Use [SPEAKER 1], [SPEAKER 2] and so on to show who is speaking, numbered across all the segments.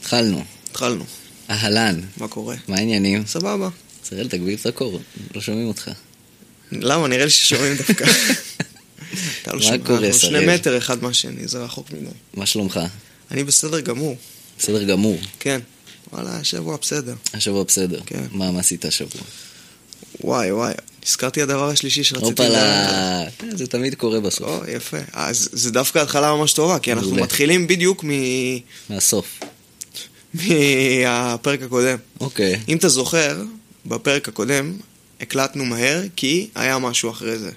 [SPEAKER 1] התחלנו.
[SPEAKER 2] התחלנו,
[SPEAKER 1] אהלן,
[SPEAKER 2] מה קורה?
[SPEAKER 1] מה העניינים?
[SPEAKER 2] סבבה.
[SPEAKER 1] צראל, תגביל את הקור, לא שומעים אותך.
[SPEAKER 2] למה? נראה לי ששומעים דווקא. אתה לא
[SPEAKER 1] מה
[SPEAKER 2] שומע,
[SPEAKER 1] קורה,
[SPEAKER 2] אנחנו
[SPEAKER 1] שראל?
[SPEAKER 2] שני מטר אחד מהשני, זה רחוק מדי.
[SPEAKER 1] מה שלומך?
[SPEAKER 2] אני בסדר גמור,
[SPEAKER 1] בסדר גמור.
[SPEAKER 2] כן. וואלה, השבוע בסדר.
[SPEAKER 1] השבוע בסדר.
[SPEAKER 2] כן.
[SPEAKER 1] מה, מה עשית השבוע?
[SPEAKER 2] וואי וואי, נזכרתי הדבר השלישי שרציתי לדבר.
[SPEAKER 1] הופלה, אה, זה תמיד קורה בסוף,
[SPEAKER 2] או, יפה. אז זה דווקא התחלה ממש טובה, כי אנחנו
[SPEAKER 1] מעולה.
[SPEAKER 2] מתחילים בדיוק מ-
[SPEAKER 1] מהסוף.
[SPEAKER 2] מהפרק הקודם.
[SPEAKER 1] אוקיי,
[SPEAKER 2] אם אתה זוכר, בפרק הקודם הקלטנו מהר, כי היה משהו אחרי זה.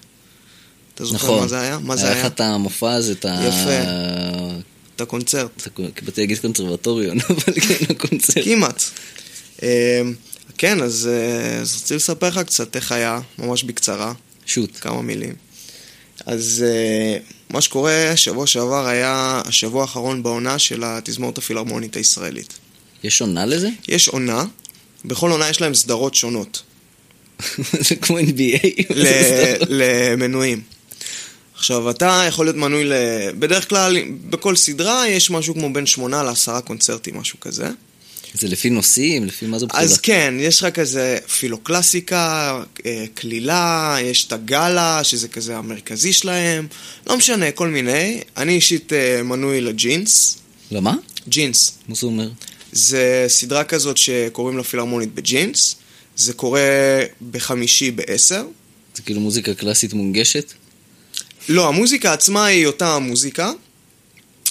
[SPEAKER 2] אתה לא זוכר
[SPEAKER 1] נכון.
[SPEAKER 2] מה זה היה? מה זה היה?
[SPEAKER 1] היה לך את המופע הזה, את ה...
[SPEAKER 2] יפה. את הקונצרט.
[SPEAKER 1] את הקו- באתי להגיד קונסרבטוריון, אבל כן, הקונצרט.
[SPEAKER 2] כמעט. אמ, כן, אז אה, אז רציתי לספר לך קצת איך היה, ממש בקצרה,
[SPEAKER 1] שוט.
[SPEAKER 2] כמה מילים. אז אה, מה שקורה, שבוע שעבר היה השבוע האחרון בעונה של התזמורת הפילהרמונית הישראלית.
[SPEAKER 1] יש עונה לזה?
[SPEAKER 2] יש עונה, בכל עונה יש להם סדרות שונות.
[SPEAKER 1] זה כמו NBA.
[SPEAKER 2] ל- למנויים. עכשיו, אתה יכול להיות מנוי ל... בדרך כלל, בכל סדרה יש משהו כמו בין שמונה לעשרה קונצרטים, משהו כזה.
[SPEAKER 1] זה לפי נושאים? לפי מה זה בצורה?
[SPEAKER 2] אז כן, יש לך כזה פילוקלסיקה, אה, קלילה, יש את הגאלה, שזה כזה המרכזי שלהם, לא משנה, כל מיני. אני אישית אה, מנוי לג'ינס.
[SPEAKER 1] למה?
[SPEAKER 2] ג'ינס
[SPEAKER 1] מה זה אומר?
[SPEAKER 2] זה סדרה כזאת שקוראים לה פילהרמונית בג'ינס. זה קורה בחמישי בעשר.
[SPEAKER 1] זה כאילו מוזיקה קלאסית מונגשת?
[SPEAKER 2] לא, המוזיקה עצמה היא אותה המוזיקה.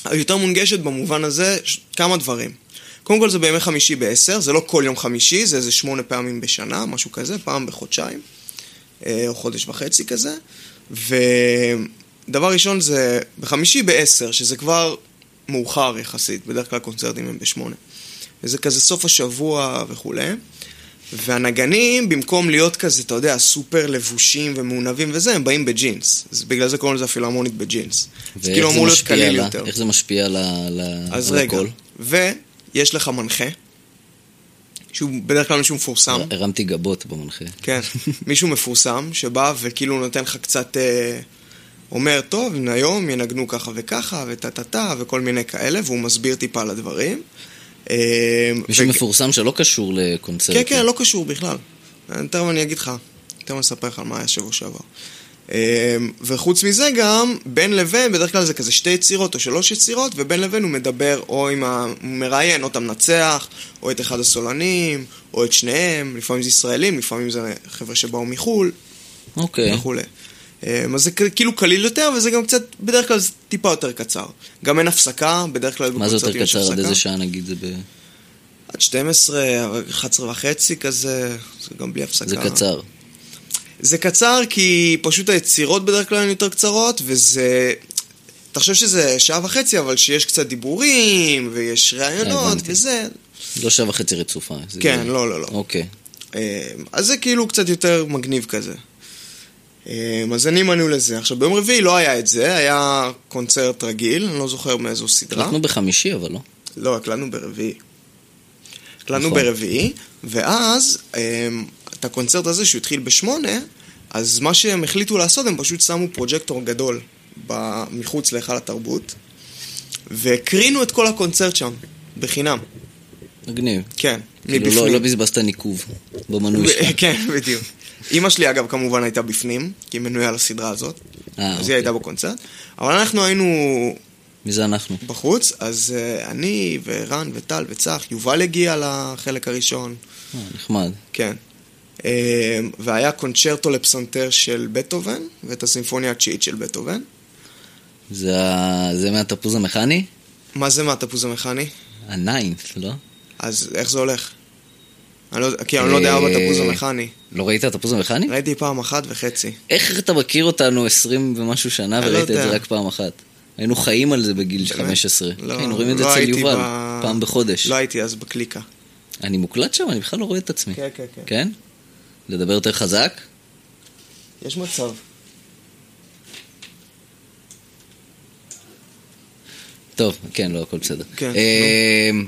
[SPEAKER 2] היא יותר מונגשת במובן הזה, ש... כמה דברים. קודם כל זה בימי חמישי בעשר, זה לא כל יום חמישי, זה איזה שמונה פעמים בשנה, משהו כזה, פעם בחודשיים, אה, או חודש וחצי כזה. ודבר ראשון זה בחמישי בעשר, שזה כבר מאוחר יחסית, בדרך כלל קונצרטים הם בשמונה. וזה כזה סוף השבוע וכולי. והנגנים, במקום להיות כזה, אתה יודע, סופר לבושים ומעונבים וזה, הם באים בג'ינס. אז בגלל זה קוראים לזה הפילהרמונית בג'ינס.
[SPEAKER 1] ואיך
[SPEAKER 2] זה כאילו
[SPEAKER 1] זה
[SPEAKER 2] אמור להיות
[SPEAKER 1] משפיע
[SPEAKER 2] קליל
[SPEAKER 1] לה-
[SPEAKER 2] יותר.
[SPEAKER 1] איך זה משפיע על ה- ל-
[SPEAKER 2] אז
[SPEAKER 1] על
[SPEAKER 2] רגע,
[SPEAKER 1] הכל?
[SPEAKER 2] ויש לך מנחה, שהוא בדרך כלל מישהו מפורסם,
[SPEAKER 1] הר- הרמתי גבות במנחה.
[SPEAKER 2] כן, מישהו מפורסם, שבא וכאילו נותן לך קצת, אה, אומר, טוב, היום ינגנו ככה וככה, וטה טה טה, וכל מיני כאלה, והוא מסביר טיפה על הדברים. אה,
[SPEAKER 1] מישהו
[SPEAKER 2] וכ-
[SPEAKER 1] מפורסם שלא קשור לקונצרט.
[SPEAKER 2] כן, כן, לא קשור בכלל. אני- תכף אני אגיד לך, תכף אני אספר לך על מה היה שבוע שעבר. אמ, וחוץ מזה גם, בין לבין, בדרך כלל זה כזה שתי יצירות או שלוש יצירות, ובין לבין הוא מדבר או עם המראיין, או את המנצח, או את אחד הסולנים, או את שניהם, לפעמים זה ישראלים, לפעמים זה חבר'ה שבאו מחו"ל,
[SPEAKER 1] אוקיי.
[SPEAKER 2] וכולי. אמ, אז זה כ- כאילו קליל יותר, וזה גם קצת, בדרך כלל זה טיפה יותר קצר. גם אין הפסקה, בדרך כלל
[SPEAKER 1] מה זה יותר
[SPEAKER 2] בקונצרטים לא יש
[SPEAKER 1] קצר? עד
[SPEAKER 2] הפסקה.
[SPEAKER 1] איזה שעה נגיד זה ב...
[SPEAKER 2] עד 12, 11 וחצי כזה, זה גם בלי הפסקה.
[SPEAKER 1] זה קצר.
[SPEAKER 2] זה קצר כי פשוט היצירות בדרך כלל הן יותר קצרות, וזה... אתה חושב שזה שעה וחצי, אבל שיש קצת דיבורים, ויש ראיונות,
[SPEAKER 1] הבנתי.
[SPEAKER 2] וזה...
[SPEAKER 1] לא שעה וחצי רצופה. זה-
[SPEAKER 2] כן, לא, לא, לא.
[SPEAKER 1] אוקיי.
[SPEAKER 2] אמ, אז זה כאילו קצת יותר מגניב כזה. אמ, אז אני מנוי לזה. עכשיו, ביום רביעי לא היה את זה, היה קונצרט רגיל, אני לא זוכר מאיזו סדרה.
[SPEAKER 1] אנחנו בחמישי אבל לא.
[SPEAKER 2] לא, הקלטנו ברביעי. הקלטנו
[SPEAKER 1] נכון.
[SPEAKER 2] ברביעי, ואז אמ, את הקונצרט הזה שהוא התחיל בשמונה, אז מה שהם החליטו לעשות, הם פשוט שמו פרוג'קטור גדול ב- מחוץ להיכל התרבות, והקרינו את כל הקונצרט שם, בחינם,
[SPEAKER 1] מגניב.
[SPEAKER 2] כן,
[SPEAKER 1] כאילו,
[SPEAKER 2] מבפנים.
[SPEAKER 1] לא- לא בזבזת ניקוב במנוי
[SPEAKER 2] ב-
[SPEAKER 1] שלך.
[SPEAKER 2] כן, בדיוק. אימא שלי אגב כמובן הייתה בפנים, כי היא מנויה לסדרה הזאת,
[SPEAKER 1] אה,
[SPEAKER 2] אז היא
[SPEAKER 1] אוקיי.
[SPEAKER 2] הייתה בקונצרט, אבל אנחנו היינו
[SPEAKER 1] מי זה אנחנו?
[SPEAKER 2] בחוץ, אז אה, אני ורן וטל וצח, יובל הגיע לחלק הראשון,
[SPEAKER 1] אה, נחמד.
[SPEAKER 2] כן. אמ, והיה קונצ'רטו לפסנתר של בטהובן, ואת הסימפוניה התשיעית של בטהובן.
[SPEAKER 1] זה ה- זה מהתפוז המכני?
[SPEAKER 2] מה זה מהתפוז המכני?
[SPEAKER 1] הניינט, לא? אז
[SPEAKER 2] אז איך זה הולך? אני לא, כי אני לא יודע מה התפוז
[SPEAKER 1] אה,
[SPEAKER 2] המכני.
[SPEAKER 1] לא ראית את התפוז המכני?
[SPEAKER 2] ראיתי פעם אחת וחצי.
[SPEAKER 1] איך אתה מכיר אותנו 20 ומשהו שנה
[SPEAKER 2] אני לא
[SPEAKER 1] וראית את זה
[SPEAKER 2] יודע.
[SPEAKER 1] רק פעם אחת? היינו חיים על זה בגיל 15.
[SPEAKER 2] לא,
[SPEAKER 1] היינו רואים את זה
[SPEAKER 2] לא
[SPEAKER 1] אצל
[SPEAKER 2] הייתי
[SPEAKER 1] יובל,
[SPEAKER 2] ב-
[SPEAKER 1] פעם בחודש.
[SPEAKER 2] לא הייתי אז בקליקה.
[SPEAKER 1] אני מוקלט שם, אני בכלל לא רואה את עצמי.
[SPEAKER 2] כן, כן, כן.
[SPEAKER 1] כן? לדבר יותר חזק?
[SPEAKER 2] יש מצב.
[SPEAKER 1] טוב, כן, לא, הכל בסדר.
[SPEAKER 2] כן,
[SPEAKER 1] אמ,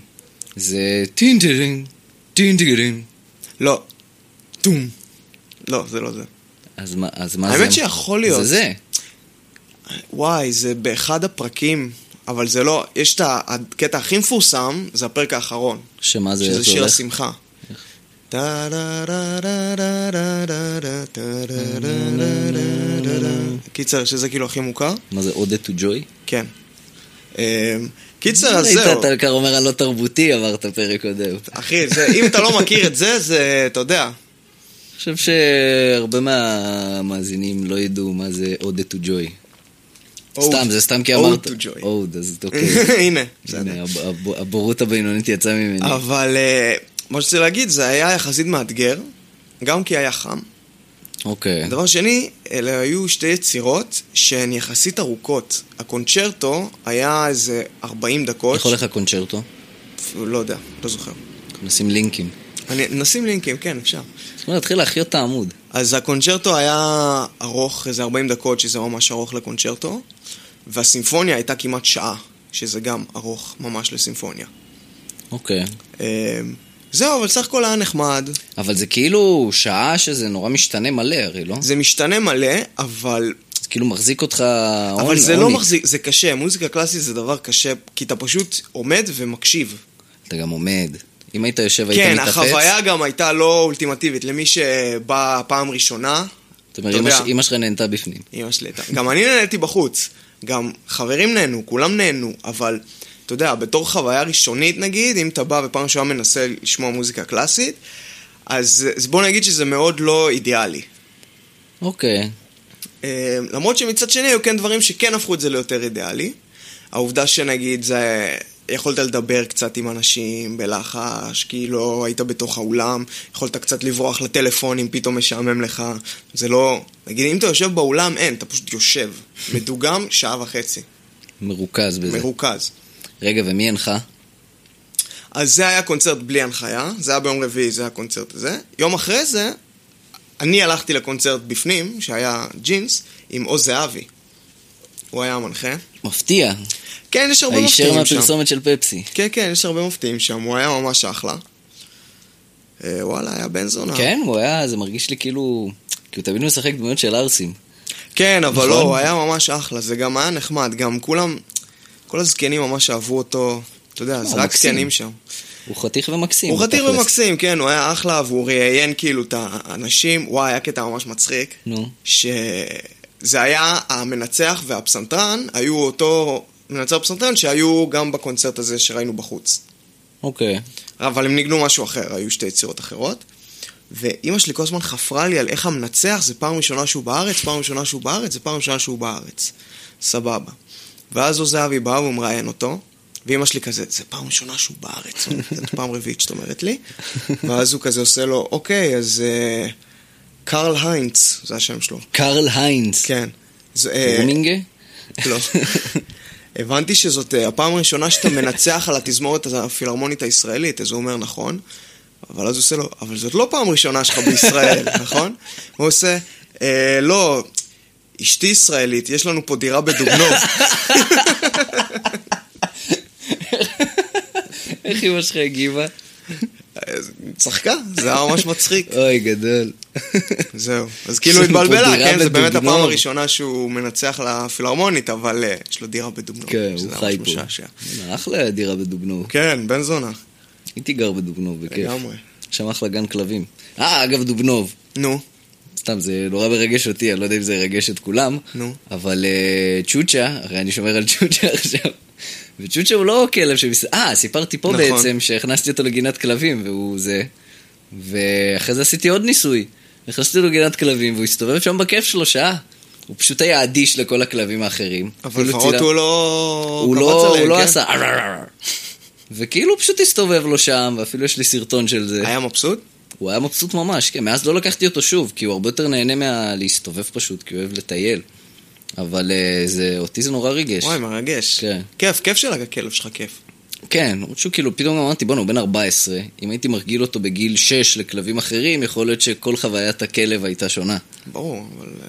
[SPEAKER 1] זה טינטרינג, טינטרינג.
[SPEAKER 2] לא. טום. לא, זה לא זה.
[SPEAKER 1] אז מה אז מה זה?
[SPEAKER 2] האמת שיכול להיות.
[SPEAKER 1] זה זה.
[SPEAKER 2] וואי, זה באחד הפרקים אבל זה לא, יש את ה- הקטע הכי מפורסם, זה הפרק האחרון,
[SPEAKER 1] שמה זה, איך
[SPEAKER 2] שזה
[SPEAKER 1] זה
[SPEAKER 2] שיר
[SPEAKER 1] הולך?
[SPEAKER 2] השמחה. טה-רה-רה-רה-רה-רה-רה-טה-רה-רה-רה-רה-רה-רה. קיצר, שזה כאילו הכי מוכר?
[SPEAKER 1] מה זה, עוד to joy?
[SPEAKER 2] כן. אמ, קיצר, אז
[SPEAKER 1] לא ראית,
[SPEAKER 2] זהו.
[SPEAKER 1] אתה כבר אומר הלא תרבותי, אמרת פרק קודם.
[SPEAKER 2] אחי, זה- אם אתה לא מכיר את זה, זה, אתה יודע.
[SPEAKER 1] אני חושב שהרבה מהמאזינים לא ידעו מה זה עוד to joy. סתם, זה סתם כי
[SPEAKER 2] Ode
[SPEAKER 1] אמרת...
[SPEAKER 2] to joy.
[SPEAKER 1] עוד, אז אוקיי.
[SPEAKER 2] הנה, בסדר.
[SPEAKER 1] הנה, הב- הב- הבורות הבינונית יצאה ממני.
[SPEAKER 2] אבל אה, מה שצריך להגיד, זה היה יחסית מאתגר, גם כי היה חם.
[SPEAKER 1] כן. אוקיי.
[SPEAKER 2] דבר שני, אלה היו שתי יצירות שהן יחסית ארוכות. הקונצ'רטו היה איזה 40 דקות.
[SPEAKER 1] איך הולך הקונצ'רטו?
[SPEAKER 2] לא יודע, לא זוכר.
[SPEAKER 1] נשים לינקים.
[SPEAKER 2] אני, נשים לינקים, כן, אפשר.
[SPEAKER 1] זאת אומרת, להתחיל להחיות את העמוד.
[SPEAKER 2] אז הקונצ'רטו היה ארוך, איזה 40 דקות, שזה ממש ארוך לקונצ'רטו, והסימפוניה הייתה כמעט שעה, שזה גם ארוך ממש לסימפוניה.
[SPEAKER 1] אוקיי.
[SPEAKER 2] אה, זהו, אבל סך הכל היה נחמד.
[SPEAKER 1] אבל זה כאילו שעה שזה נורא משתנה מלא, הרי לא?
[SPEAKER 2] זה משתנה מלא, אבל
[SPEAKER 1] זה כאילו מחזיק אותך עוני.
[SPEAKER 2] אבל זה לא
[SPEAKER 1] עוני.
[SPEAKER 2] מחזיק, זה קשה, מוזיקה קלאסית זה דבר קשה, כי אתה פשוט עומד ומקשיב.
[SPEAKER 1] אתה גם עומד. אם היית יושב, היית
[SPEAKER 2] כן,
[SPEAKER 1] מתאפץ.
[SPEAKER 2] החוויה גם הייתה לא אולטימטיבית, למי שבא פעם ראשונה,
[SPEAKER 1] זאת
[SPEAKER 2] אתה יודע.
[SPEAKER 1] אומרת, אמא שלך נהנתה בפנים.
[SPEAKER 2] אמא שלי הייתה. גם אני נהניתי בחוץ, גם חברים נהנו, כולם נהנו, אבל אתה יודע, בתור חוויה ראשונית נגיד, אם אתה בא ופעם ראשונה מנסה לשמוע מוזיקה קלאסית, אז אז בוא נגיד שזה מאוד לא אידיאלי.
[SPEAKER 1] אוקיי.
[SPEAKER 2] אה, למרות שמצד שני היו כן דברים שכן הפכו את זה ליותר אידיאלי. העובדה שנגיד זה... יכולת לדבר קצת עם אנשים בלחש, כי לא היית בתוך האולם, יכולת קצת לברוח לטלפון אם פתאום משעמם לך. זה לא... נגיד, אם אתה יושב באולם, אין, אתה פשוט יושב. מדוגם שעה וחצי,
[SPEAKER 1] מרוכז בזה.
[SPEAKER 2] מרוכז.
[SPEAKER 1] רגע, ומי הנחה?
[SPEAKER 2] אז זה היה קונצרט בלי הנחיה, זה היה ביום רביעי, זה היה הקונצרט הזה. יום אחרי זה, אני הלכתי לקונצרט בפנים, שהיה ג'ינס, עם עוז זהבי. הוא היה המנחה.
[SPEAKER 1] מפתיע.
[SPEAKER 2] כן, יש הרבה
[SPEAKER 1] הישר
[SPEAKER 2] מפתיעים שם.
[SPEAKER 1] מהפרסומת של פפסי.
[SPEAKER 2] כן, כן, יש הרבה מפתיעים שם, הוא היה ממש אחלה. אה, וואלה, היה בן זונה.
[SPEAKER 1] כן, הוא היה, זה מרגיש לי כאילו... כי הוא תמיד משחק דמויות של ערסים.
[SPEAKER 2] כן, אבל
[SPEAKER 1] נכון.
[SPEAKER 2] לא, הוא היה ממש אחלה, זה גם היה נחמד, גם כולם, כל הזקנים ממש אהבו אותו, אתה יודע, זה
[SPEAKER 1] הוא
[SPEAKER 2] רק
[SPEAKER 1] לא, מקסים.
[SPEAKER 2] זקנים שם.
[SPEAKER 1] הוא חתיך ומקסים.
[SPEAKER 2] הוא חתיר
[SPEAKER 1] תכלס.
[SPEAKER 2] ומקסים, כן, הוא היה אחלה, והוא ראיין כאילו את האנשים, וואי, היה קטע ממש מצחיק,
[SPEAKER 1] נו.
[SPEAKER 2] שזה היה המנצח והפסנתרן, היו אותו מנצח פסנתרן שהיו גם בקונצרט הזה שראינו בחוץ.
[SPEAKER 1] אוקיי.
[SPEAKER 2] אבל הם ניגנו משהו אחר, היו שתי יצירות אחרות. ואימא שלי כל הזמן חפרה לי על איך המנצח, זה פעם ראשונה שהוא בארץ, פעם ראשונה שהוא בארץ, זה פעם ראשונה שהוא בארץ. סבבה. ואז עוז זהבי בא והוא מראיין אותו, ואימא שלי כזה, זה פעם ראשונה שהוא בארץ, זאת פעם רביעית שאת אומרת לי. ואז הוא כזה עושה לו, אוקיי, אז אה, קרל היינץ, זה השם שלו.
[SPEAKER 1] קרל היינץ.
[SPEAKER 2] כן. זה, אה,
[SPEAKER 1] רומינגה?
[SPEAKER 2] לא. הבנתי שזאת אה, הפעם הראשונה שאתה מנצח על התזמורת הפילהרמונית הישראלית, אז הוא אומר, נכון. אבל אז הוא עושה לו, אבל זאת לא פעם ראשונה שלך בישראל, נכון? הוא עושה, "אה, לא, אשתי ישראלית, יש לנו פה דירה בדובנוב.
[SPEAKER 1] איך אמא שלך הגיבה?
[SPEAKER 2] אז צחקה, זה היה ממש מצחיק.
[SPEAKER 1] אוי, גדול.
[SPEAKER 2] זהו. אז כאילו
[SPEAKER 1] יש לנו פה
[SPEAKER 2] התבלבלה,
[SPEAKER 1] דירה
[SPEAKER 2] כן? זה באמת
[SPEAKER 1] בדובנוב.
[SPEAKER 2] הפעם הראשונה שהוא מנצח לפילהרמונית, אבל אה, יש לו דירה בדובנוב.
[SPEAKER 1] כן,
[SPEAKER 2] שזה
[SPEAKER 1] הוא
[SPEAKER 2] ממש
[SPEAKER 1] חי פה.
[SPEAKER 2] משעשע.
[SPEAKER 1] הנה, אחלה דירה בדובנוב.
[SPEAKER 2] כן, בן זונה,
[SPEAKER 1] הייתי גר בדובנוב, בכיף.
[SPEAKER 2] לגמרי.
[SPEAKER 1] שם אחלה גן כלבים. אה, אגב, דובנוב.
[SPEAKER 2] נו,
[SPEAKER 1] סתם, זה נורא מרגש אותי, אני לא יודע אם זה ירגש את כולם.
[SPEAKER 2] נו.
[SPEAKER 1] אבל אה, צ'וצ'ה, הרי אני שומר על צ'וצ'ה עכשיו. וצ'וצ'ה הוא לא כלב שמס... אה, סיפרתי פה
[SPEAKER 2] נכון.
[SPEAKER 1] בעצם שהכנסתי אותו לגינת כלבים, והוא זה. ואחרי זה עשיתי עוד ניסוי. נכנסתי לו לגינת כלבים, והוא הסתובב שם בכיף שלו שעה. הוא פשוט היה אדיש לכל הכלבים האחרים.
[SPEAKER 2] אבל
[SPEAKER 1] כאילו
[SPEAKER 2] לפחות
[SPEAKER 1] צילם-
[SPEAKER 2] הוא לא...
[SPEAKER 1] הוא
[SPEAKER 2] קפץ
[SPEAKER 1] לא, הוא
[SPEAKER 2] עליהם,
[SPEAKER 1] לא
[SPEAKER 2] כן?
[SPEAKER 1] עשה "אר, אר, אר, אר". וכאילו הוא פשוט הסתובב לו שם, ואפילו יש לי סרטון של זה.
[SPEAKER 2] היה מבסוט?
[SPEAKER 1] הוא היה מבסוט ממש, כן. מאז לא לקחתי אותו שוב, כי הוא הרבה יותר נהנה מלהסתובב פשוט, כי הוא אוהב לטייל. אבל אה, זה, אותי זה נורא ריגש.
[SPEAKER 2] וואי, מרגש.
[SPEAKER 1] כן.
[SPEAKER 2] כיף, כיף של הכלב שלך, כיף.
[SPEAKER 1] כן, למרות שהוא כאילו, פתאום אמרתי, בואנה, הוא בן 14. אם הייתי מרגיל אותו בגיל 6 לכלבים אחרים, יכול להיות שכל חוויית הכלב הייתה שונה.
[SPEAKER 2] ברור, אבל... אה,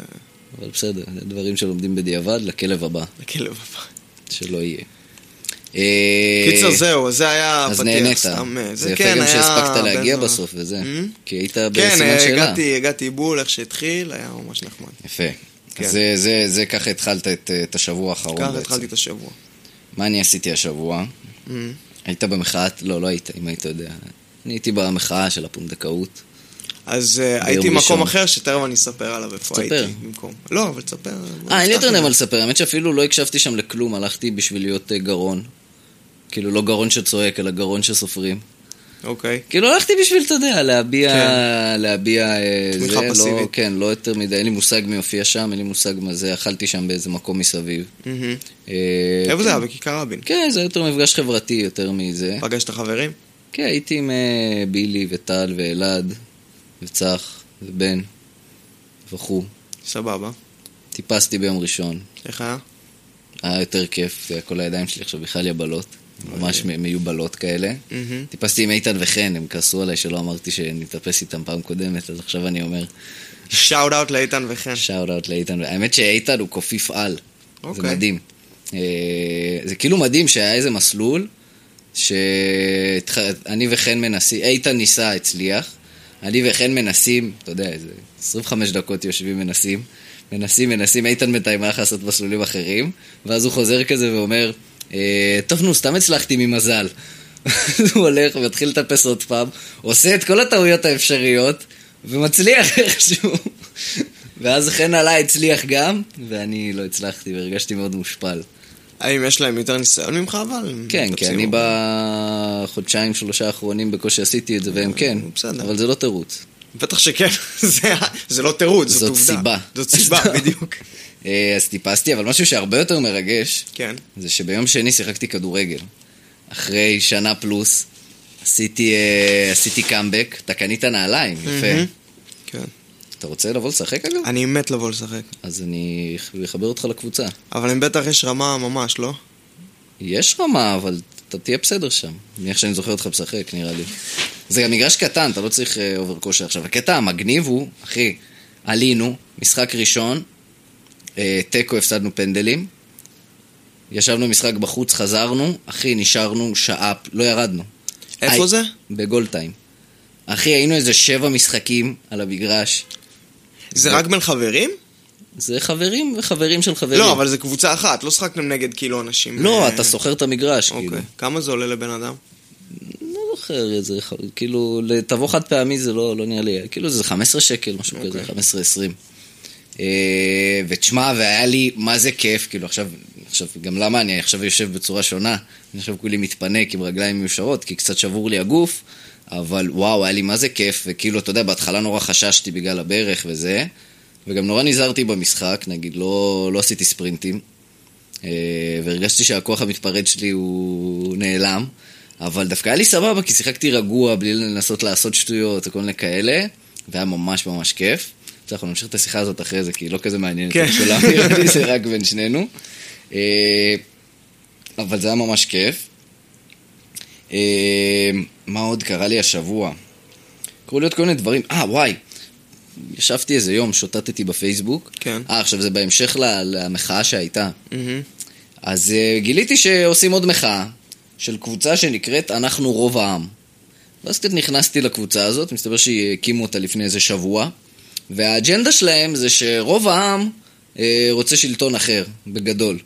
[SPEAKER 1] אבל בסדר, זה דברים שלומדים בדיעבד, לכלב הבא,
[SPEAKER 2] לכלב הבא.
[SPEAKER 1] שלא יהיה. אה,
[SPEAKER 2] קיצר, זהו, אז זה היה
[SPEAKER 1] אז
[SPEAKER 2] הפתיח.
[SPEAKER 1] נהנית.
[SPEAKER 2] סתם, אה,
[SPEAKER 1] זה יפה גם
[SPEAKER 2] היה
[SPEAKER 1] שהספקת
[SPEAKER 2] בן
[SPEAKER 1] להגיע
[SPEAKER 2] זונה.
[SPEAKER 1] בסוף וזה.
[SPEAKER 2] אמ?
[SPEAKER 1] כי היית
[SPEAKER 2] כן,
[SPEAKER 1] בסימן
[SPEAKER 2] אה,
[SPEAKER 1] שאלה.
[SPEAKER 2] הגעתי, הגעתי בול, איך שהתחיל, היה ממש נחמד.
[SPEAKER 1] יפה.
[SPEAKER 2] כן.
[SPEAKER 1] אז זה, זה, זה ככה התחלת את, אה, את השבוע האחרון
[SPEAKER 2] ככה
[SPEAKER 1] בעצם.
[SPEAKER 2] התחלתי את השבוע.
[SPEAKER 1] מה אני עשיתי השבוע?
[SPEAKER 2] Mm.
[SPEAKER 1] היית במחאת, לא, לא היית, אם היית יודע. אני הייתי במחאה של הפונדקאות.
[SPEAKER 2] אז אה, הייתי
[SPEAKER 1] ראשון.
[SPEAKER 2] במקום אחר שתכף אני אספר עליו איפה
[SPEAKER 1] תספר.
[SPEAKER 2] הייתי במקום. לא, אבל תספר.
[SPEAKER 1] אה, אין לי יותר
[SPEAKER 2] נפתח
[SPEAKER 1] מה
[SPEAKER 2] עם זה.
[SPEAKER 1] לספר, האמת שאפילו לא הקשבתי שם לכלום, הלכתי בשביל להיות אה, גרון. כאילו, לא גרון שצועק, אלא גרון שסופרים.
[SPEAKER 2] אוקיי.
[SPEAKER 1] כאילו, הלכתי בשביל, אתה יודע, להביע...
[SPEAKER 2] כן.
[SPEAKER 1] להביע... אה,
[SPEAKER 2] תמיכה
[SPEAKER 1] זה, לא-
[SPEAKER 2] פסיבית.
[SPEAKER 1] כן, לא יותר מדי, אין לי מושג מי הופיע שם, אין לי מושג מה זה, אכלתי שם באיזה מקום מסביב.
[SPEAKER 2] מהמם.
[SPEAKER 1] אה,
[SPEAKER 2] mm-hmm. איפה
[SPEAKER 1] כן.
[SPEAKER 2] זה
[SPEAKER 1] אה.
[SPEAKER 2] היה? אה, בכיכר רבין.
[SPEAKER 1] כן, זה היה יותר מפגש חברתי יותר מזה.
[SPEAKER 2] פגשת חברים?
[SPEAKER 1] כן, הייתי עם אה, בילי וטל ואלעד וצח ובן וכו'.
[SPEAKER 2] סבבה.
[SPEAKER 1] טיפסתי ביום ראשון.
[SPEAKER 2] איך היה?
[SPEAKER 1] היה יותר כיף, זה היה כל הידיים שלי עכשיו בכלל יבלות. ממש מ- מיובלות כאלה.
[SPEAKER 2] מהמם.
[SPEAKER 1] טיפסתי עם איתן וחן, הם כעסו עליי שלא אמרתי שאני מטפס איתם פעם קודמת, אז עכשיו אני אומר,
[SPEAKER 2] שאוט אאוט לאיתן וחן.
[SPEAKER 1] שאול אאוט לאיתן. האמת שאיתן הוא קופיף על. זה
[SPEAKER 2] אוקיי.
[SPEAKER 1] מדהים. אה, זה כאילו מדהים שהיה איזה מסלול, שאני וחן מנסים, איתן ניסה, הצליח, אני וחן מנסים, אתה יודע, איזה 25 דקות יושבים מנסים, מנסים, מנסים, איתן בינתיים הלך לעשות מסלולים אחרים, ואז הוא חוזר כזה ואומר, אה, טוב נו, סתם הצלחתי ממזל. אז הוא הולך ומתחיל לטפס עוד פעם, עושה את כל הטעויות האפשריות, ומצליח איכשהו. ואז חן עלה הצליח גם, ואני לא הצלחתי והרגשתי מאוד מושפל.
[SPEAKER 2] האם יש להם יותר ניסיון ממך אבל? הם
[SPEAKER 1] כן, כי
[SPEAKER 2] מטפסים
[SPEAKER 1] אני
[SPEAKER 2] או-
[SPEAKER 1] בחודשיים שלושה האחרונים בקושי עשיתי את זה, והם כן.
[SPEAKER 2] בסדר.
[SPEAKER 1] אבל זה לא תירוץ.
[SPEAKER 2] בטח שכן. זה- זה לא תירוץ, זאת
[SPEAKER 1] זאת
[SPEAKER 2] עובדה.
[SPEAKER 1] סיבה.
[SPEAKER 2] זאת סיבה, בדיוק.
[SPEAKER 1] אה, אז טיפסתי, אבל משהו שהרבה יותר מרגש,
[SPEAKER 2] כן.
[SPEAKER 1] זה שביום שני שיחקתי כדורגל. אחרי שנה פלוס, עשיתי, אה, עשיתי קאמבק, אתה קנית נעליים, יפה.
[SPEAKER 2] כן.
[SPEAKER 1] אתה רוצה לבוא לשחק אגב?
[SPEAKER 2] אני מת לבוא לשחק.
[SPEAKER 1] אז אני אח- אחבר אותך לקבוצה.
[SPEAKER 2] אבל אם בטח יש רמה ממש, לא?
[SPEAKER 1] יש רמה, אבל אתה תהיה בסדר שם. מאיך שאני זוכר אותך משחק, נראה לי. זה גם מגרש קטן, אתה לא צריך אה, אובר כושר. עכשיו, הקטע המגניב הוא, אחי, עלינו, משחק ראשון, אה, תיקו, הפסדנו פנדלים, ישבנו משחק בחוץ, חזרנו, אחי, נשארנו שעה, לא ירדנו.
[SPEAKER 2] איפה
[SPEAKER 1] הי-
[SPEAKER 2] זה?
[SPEAKER 1] בגול טיים. אחי, היינו איזה שבע משחקים על המגרש.
[SPEAKER 2] זה
[SPEAKER 1] לא.
[SPEAKER 2] רק בין חברים?
[SPEAKER 1] זה חברים וחברים של חברים.
[SPEAKER 2] לא, אבל זה קבוצה אחת, לא שחקתם נגד כאילו אנשים.
[SPEAKER 1] לא,
[SPEAKER 2] אה,
[SPEAKER 1] אתה סוחר את המגרש, כאילו.
[SPEAKER 2] אוקיי. כמה זה עולה לבן אדם?
[SPEAKER 1] לא זוכר איזה, כאילו, תבוא חד פעמי זה לא, לא נראה לי, כאילו זה 15 שקל, משהו okay. כזה, 15-20. אה, ותשמע, והיה לי, מה זה כיף, כאילו עכשיו, עכשיו, גם למה אני עכשיו יושב בצורה שונה, אני עכשיו כולי מתפנק עם רגליים מיושרות, כי קצת שבור לי הגוף, אבל וואו, היה לי מה זה כיף, וכאילו, אתה יודע, בהתחלה נורא חששתי בגלל הברך וזה, וגם נורא נזהרתי במשחק, נגיד, לא, לא עשיתי ספרינטים. אה, והרגשתי שהכוח המתפרץ שלי הוא נעלם, אבל דווקא היה לי סבבה, כי שיחקתי רגוע, בלי לנסות לעשות שטויות וכל מיני כאלה, והיה ממש ממש כיף. בסדר, אנחנו נמשיך את השיחה הזאת אחרי זה, כי היא לא כזה מעניינת
[SPEAKER 2] כן.
[SPEAKER 1] את כולם, נראה לי זה רק בין שנינו. אה, אבל זה היה ממש כיף. אה, מה עוד קרה לי השבוע? קראו לי עוד כל מיני דברים. אה, וואי. ישבתי איזה יום, שוטטתי בפייסבוק.
[SPEAKER 2] כן.
[SPEAKER 1] אה, עכשיו זה בהמשך ל- למחאה שהייתה.
[SPEAKER 2] מהמם.
[SPEAKER 1] אז אה, גיליתי שעושים עוד מחאה של קבוצה שנקראת אנחנו רוב העם. ואז קצת נכנסתי לקבוצה הזאת, מסתבר שהקימו אותה לפני איזה שבוע, והאג'נדה שלהם זה שרוב העם אה, רוצה שלטון אחר, בגדול.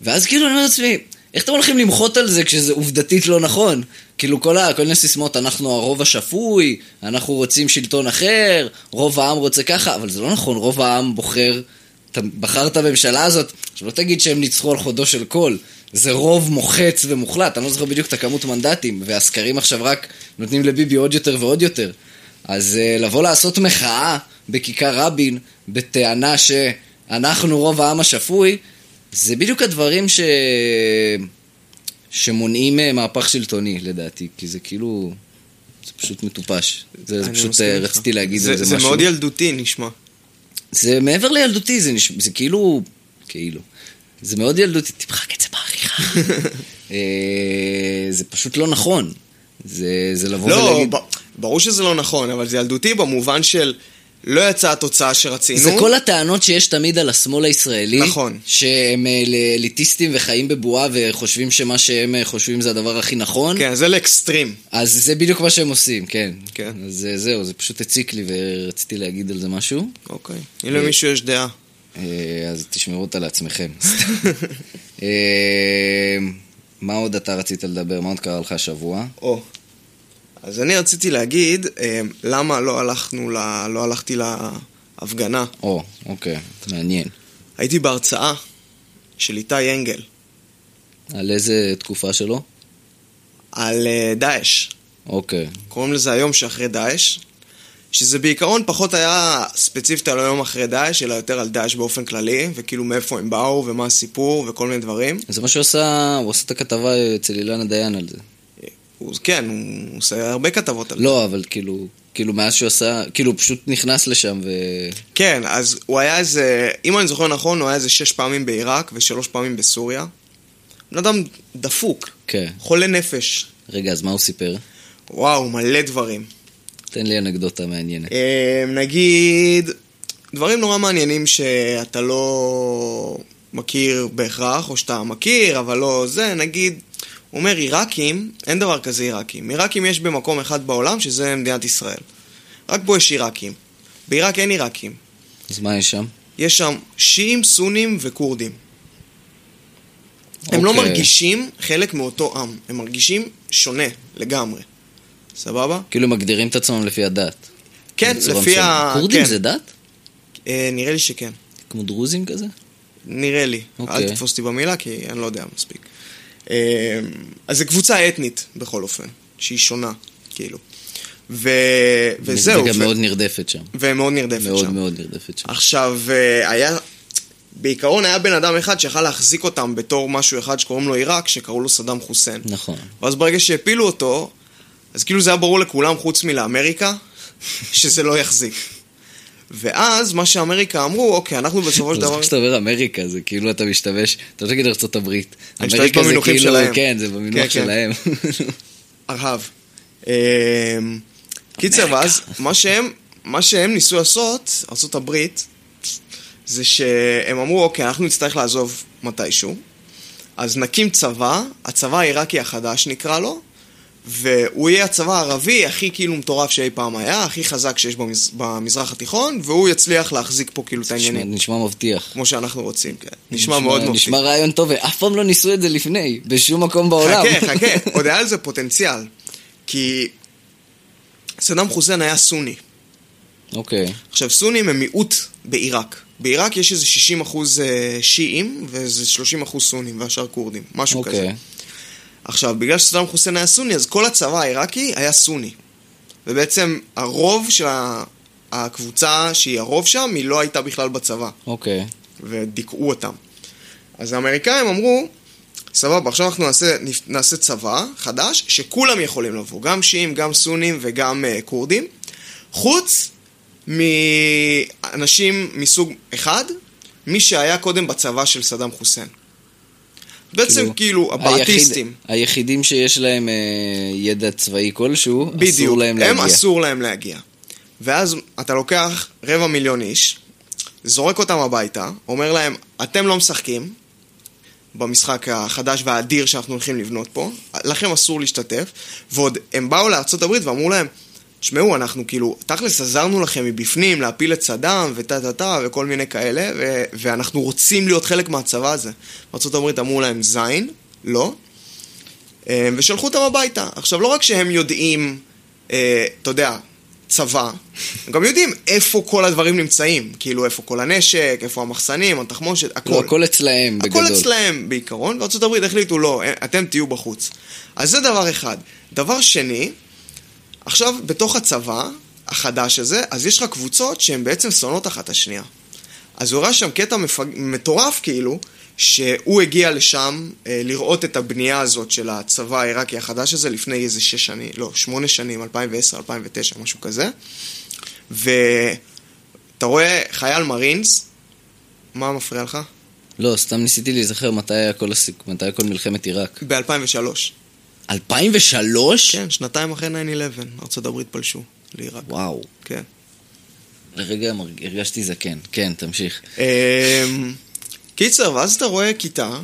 [SPEAKER 1] ואז כאילו אני אומר לעצמי, איך אתם הולכים למחות על זה כשזה עובדתית לא נכון? כאילו כל ה- כל מיני סיסמאות, אנחנו הרוב השפוי, אנחנו רוצים שלטון אחר, רוב העם רוצה ככה, אבל זה לא נכון, רוב העם בוחר, אתה בחר את הממשלה הזאת, עכשיו לא תגיד שהם ניצחו על חודו של קול, זה רוב מוחץ ומוחלט, אני לא זוכר בדיוק את הכמות מנדטים, והסקרים עכשיו רק נותנים לביבי עוד יותר ועוד יותר. אז uh, לבוא לעשות מחאה בכיכר רבין בטענה שאנחנו רוב העם השפוי, זה בדיוק הדברים ש... שמונעים אה, מהפך שלטוני, לדעתי, כי זה כאילו... זה פשוט מטופש. זה, זה
[SPEAKER 2] אני
[SPEAKER 1] פשוט
[SPEAKER 2] מסכים
[SPEAKER 1] אה,
[SPEAKER 2] איתך.
[SPEAKER 1] רציתי להגיד
[SPEAKER 2] זה-
[SPEAKER 1] על זה,
[SPEAKER 2] זה
[SPEAKER 1] משהו.
[SPEAKER 2] מאוד ילדותי נשמע.
[SPEAKER 1] זה מעבר לילדותי, זה, נש... זה כאילו... כאילו. זה מאוד ילדותי, תמחק את זה בעריכה. אה, זה פשוט לא נכון. זה, זה לבוא
[SPEAKER 2] לא,
[SPEAKER 1] ולהגיד...
[SPEAKER 2] ב- ברור שזה לא נכון, אבל זה ילדותי במובן של לא יצאה התוצאה שרצינו.
[SPEAKER 1] זה כל הטענות שיש תמיד על השמאל הישראלי.
[SPEAKER 2] נכון.
[SPEAKER 1] שהם אה, ל- אליטיסטים וחיים בבועה וחושבים שמה שהם אה, חושבים זה הדבר הכי נכון.
[SPEAKER 2] כן, זה לאקסטרים.
[SPEAKER 1] אז זה בדיוק מה שהם עושים, כן.
[SPEAKER 2] כן.
[SPEAKER 1] אז אה, זהו, זה פשוט הציק לי ורציתי להגיד על זה משהו.
[SPEAKER 2] אה, אוקיי. אם למישהו יש דעה.
[SPEAKER 1] אה, אז תשמרו אותה לעצמכם. אה, אה, מה עוד אתה רצית לדבר? מה עוד קרה לך השבוע?
[SPEAKER 2] או. אז אני רציתי להגיד, אה, למה לא הלכנו ל... לא הלכתי להפגנה.
[SPEAKER 1] או, אוקיי, מעניין.
[SPEAKER 2] הייתי בהרצאה של איתי אנגל
[SPEAKER 1] על איזה תקופה שלו?
[SPEAKER 2] על אה, דאעש.
[SPEAKER 1] אוקיי.
[SPEAKER 2] קוראים לזה היום שאחרי דאעש, שזה בעיקרון פחות היה ספציפית על היום אחרי דאעש, אלא יותר על דאעש באופן כללי, וכאילו מאיפה הם באו, ומה הסיפור, וכל מיני דברים.
[SPEAKER 1] זה מה שהוא עשה, הוא עשה את הכתבה אה, אצל אילנה דיין על זה.
[SPEAKER 2] הוא, כן, הוא הוא עושה הרבה כתבות על זה.
[SPEAKER 1] לא, אבל כאילו, כאילו מאז שהוא עשה, כאילו הוא פשוט נכנס לשם ו...
[SPEAKER 2] כן, אז הוא היה איזה, אם אני זוכר נכון, הוא היה איזה שש פעמים בעיראק ושלוש פעמים בסוריה. בן אדם דפוק,
[SPEAKER 1] כן.
[SPEAKER 2] חולה נפש.
[SPEAKER 1] רגע, אז מה הוא סיפר?
[SPEAKER 2] וואו, מלא דברים.
[SPEAKER 1] תן לי אנקדוטה מעניינת.
[SPEAKER 2] אה, נגיד, דברים נורא מעניינים שאתה לא מכיר בהכרח, או שאתה מכיר, אבל לא זה, נגיד, הוא אומר עיראקים, אין דבר כזה עיראקים. עיראקים יש במקום אחד בעולם, שזה מדינת ישראל. רק פה יש עיראקים. בעיראק אין עיראקים.
[SPEAKER 1] אז מה יש שם?
[SPEAKER 2] יש שם שיעים, סונים וכורדים. הם לא
[SPEAKER 1] אוקיי.
[SPEAKER 2] מרגישים חלק מאותו עם, הם מרגישים שונה לגמרי. סבבה?
[SPEAKER 1] כאילו מגדירים את עצמם לפי הדת. כאילו,
[SPEAKER 2] כן,
[SPEAKER 1] בצורה
[SPEAKER 2] לפי ה...
[SPEAKER 1] מסוימת. כורדים
[SPEAKER 2] כן.
[SPEAKER 1] זה דת?
[SPEAKER 2] אה, נראה לי שכן.
[SPEAKER 1] כמו דרוזים כזה?
[SPEAKER 2] נראה לי.
[SPEAKER 1] אוקיי.
[SPEAKER 2] אל תתפוס אותי במילה, כי אני לא יודע מספיק. אה, אז זו קבוצה אתנית, בכל אופן, שהיא שונה, כאילו. ו... וזהו,
[SPEAKER 1] וגם
[SPEAKER 2] ו...
[SPEAKER 1] מאוד נרדפת שם.
[SPEAKER 2] והם מאוד נרדפת
[SPEAKER 1] מאוד
[SPEAKER 2] שם.
[SPEAKER 1] מאוד נרדפת שם.
[SPEAKER 2] עכשיו, אה, היה... בעיקרון היה בן אדם אחד שיכל להחזיק אותם בתור משהו אחד שקוראים לו עיראק, שקראו לו סדאם חוסיין.
[SPEAKER 1] נכון.
[SPEAKER 2] ואז ברגע שהפילו אותו, אז כאילו זה היה ברור לכולם חוץ מלאמריקה, שזה לא יחזיק. ואז מה שאמריקה אמרו, אוקיי, אנחנו בסופו של
[SPEAKER 1] זה
[SPEAKER 2] דבר...
[SPEAKER 1] מצחיק שאתה אומר אמריקה, זה כאילו אתה משתמש, אתה לא תגיד ארצות הברית.
[SPEAKER 2] אני משתמש
[SPEAKER 1] אמריקה זה
[SPEAKER 2] במינוחים
[SPEAKER 1] כאילו-
[SPEAKER 2] שלהם.
[SPEAKER 1] כן, זה
[SPEAKER 2] כן,
[SPEAKER 1] במינוח
[SPEAKER 2] כן.
[SPEAKER 1] שלהם.
[SPEAKER 2] ארהב. אמ, קיצר, ואז מה שהם, מה שהם ניסו לעשות, ארה"ב, זה שהם אמרו, אוקיי, אנחנו נצטרך לעזוב מתישהו, אז נקים צבא, הצבא העיראקי החדש נקרא לו, והוא יהיה הצבא הערבי הכי כאילו מטורף שאי פעם היה, הכי חזק שיש במז... במזרח התיכון, והוא יצליח להחזיק פה כאילו את
[SPEAKER 1] נשמע-
[SPEAKER 2] העניינים,
[SPEAKER 1] נשמע מבטיח.
[SPEAKER 2] כמו שאנחנו רוצים, כן. נשמע מאוד מבטיח.
[SPEAKER 1] נשמע רעיון טוב, ואף פעם לא ניסו את זה לפני, בשום מקום בעולם.
[SPEAKER 2] חכה, חכה, עוד היה לזה פוטנציאל. כי סדאם חוסיין היה סוני.
[SPEAKER 1] אוקיי.
[SPEAKER 2] עכשיו, סונים הם מיעוט בעיראק. בעיראק יש איזה 60 אחוז אה, שיעים ואיזה 30 אחוז סונים והשאר כורדים, משהו okay. כזה.
[SPEAKER 1] אוקיי.
[SPEAKER 2] עכשיו, בגלל שסדאם חוסיין היה סוני, אז כל הצבא העיראקי היה סוני. ובעצם הרוב של ה- הקבוצה שהיא הרוב שם, היא לא הייתה בכלל בצבא.
[SPEAKER 1] אוקיי.
[SPEAKER 2] ודיכאו אותם. אז האמריקאים אמרו, סבבה, עכשיו אנחנו נעשה, נפ- נעשה צבא חדש, שכולם יכולים לבוא, גם שיעים, גם סונים וגם uh, כורדים, חוץ מאנשים מסוג אחד, מי שהיה קודם בצבא של סדאם חוסיין. בעצם
[SPEAKER 1] כאילו,
[SPEAKER 2] כאילו, הבעתיסטים.
[SPEAKER 1] היחיד- היחידים שיש להם אה, ידע צבאי כלשהו, אסור
[SPEAKER 2] בדיוק,
[SPEAKER 1] להם
[SPEAKER 2] הם
[SPEAKER 1] להגיע.
[SPEAKER 2] אסור להם להגיע. ואז אתה לוקח רבע מיליון איש, זורק אותם הביתה, אומר להם, אתם לא משחקים במשחק החדש והאדיר שאנחנו הולכים לבנות פה, לכם אסור להשתתף, ועוד הם באו לארה"ב ואמרו להם, תשמעו, אנחנו כאילו, תכלס עזרנו לכם מבפנים להפיל את סדאם וטה טה טה וכל מיני כאלה, ו- ואנחנו רוצים להיות חלק מהצבא הזה. בארה"ב אמרו להם, זין, לא, אה, ושלחו אותם הביתה. עכשיו, לא רק שהם יודעים, אה, אתה יודע, צבא, הם גם יודעים איפה כל הדברים נמצאים. כאילו, איפה כל הנשק, איפה המחסנים, התחמושת,
[SPEAKER 1] לא,
[SPEAKER 2] הכל.
[SPEAKER 1] הכל אצלהם, בגדול.
[SPEAKER 2] הכל אצלהם בעיקרון, וארצות הברית החליטו, לא, אתם תהיו בחוץ. אז זה דבר אחד. דבר שני, עכשיו, בתוך הצבא החדש הזה, אז יש לך קבוצות שהן בעצם שונאות אחת את השנייה. אז הוא ראה שם קטע מפג... מטורף, כאילו, שהוא הגיע לשם אה, לראות את הבנייה הזאת של הצבא העיראקי החדש הזה לפני איזה שש שנים, לא, שמונה שנים, 2010, 2009, משהו כזה. ואתה רואה חייל מרינס, מה מפריע לך?
[SPEAKER 1] לא, סתם ניסיתי להיזכר מתי היה כל הסיק- מתי היה כל מלחמת עיראק.
[SPEAKER 2] ב-2003.
[SPEAKER 1] 2003?
[SPEAKER 2] כן, שנתיים אחרי 9-11, ארצות הברית פלשו לעיראק.
[SPEAKER 1] וואו.
[SPEAKER 2] כן.
[SPEAKER 1] לרגע מרג- הרגשתי זקן. כן, תמשיך.
[SPEAKER 2] אמ, קיצר, ואז אתה רואה כיתה,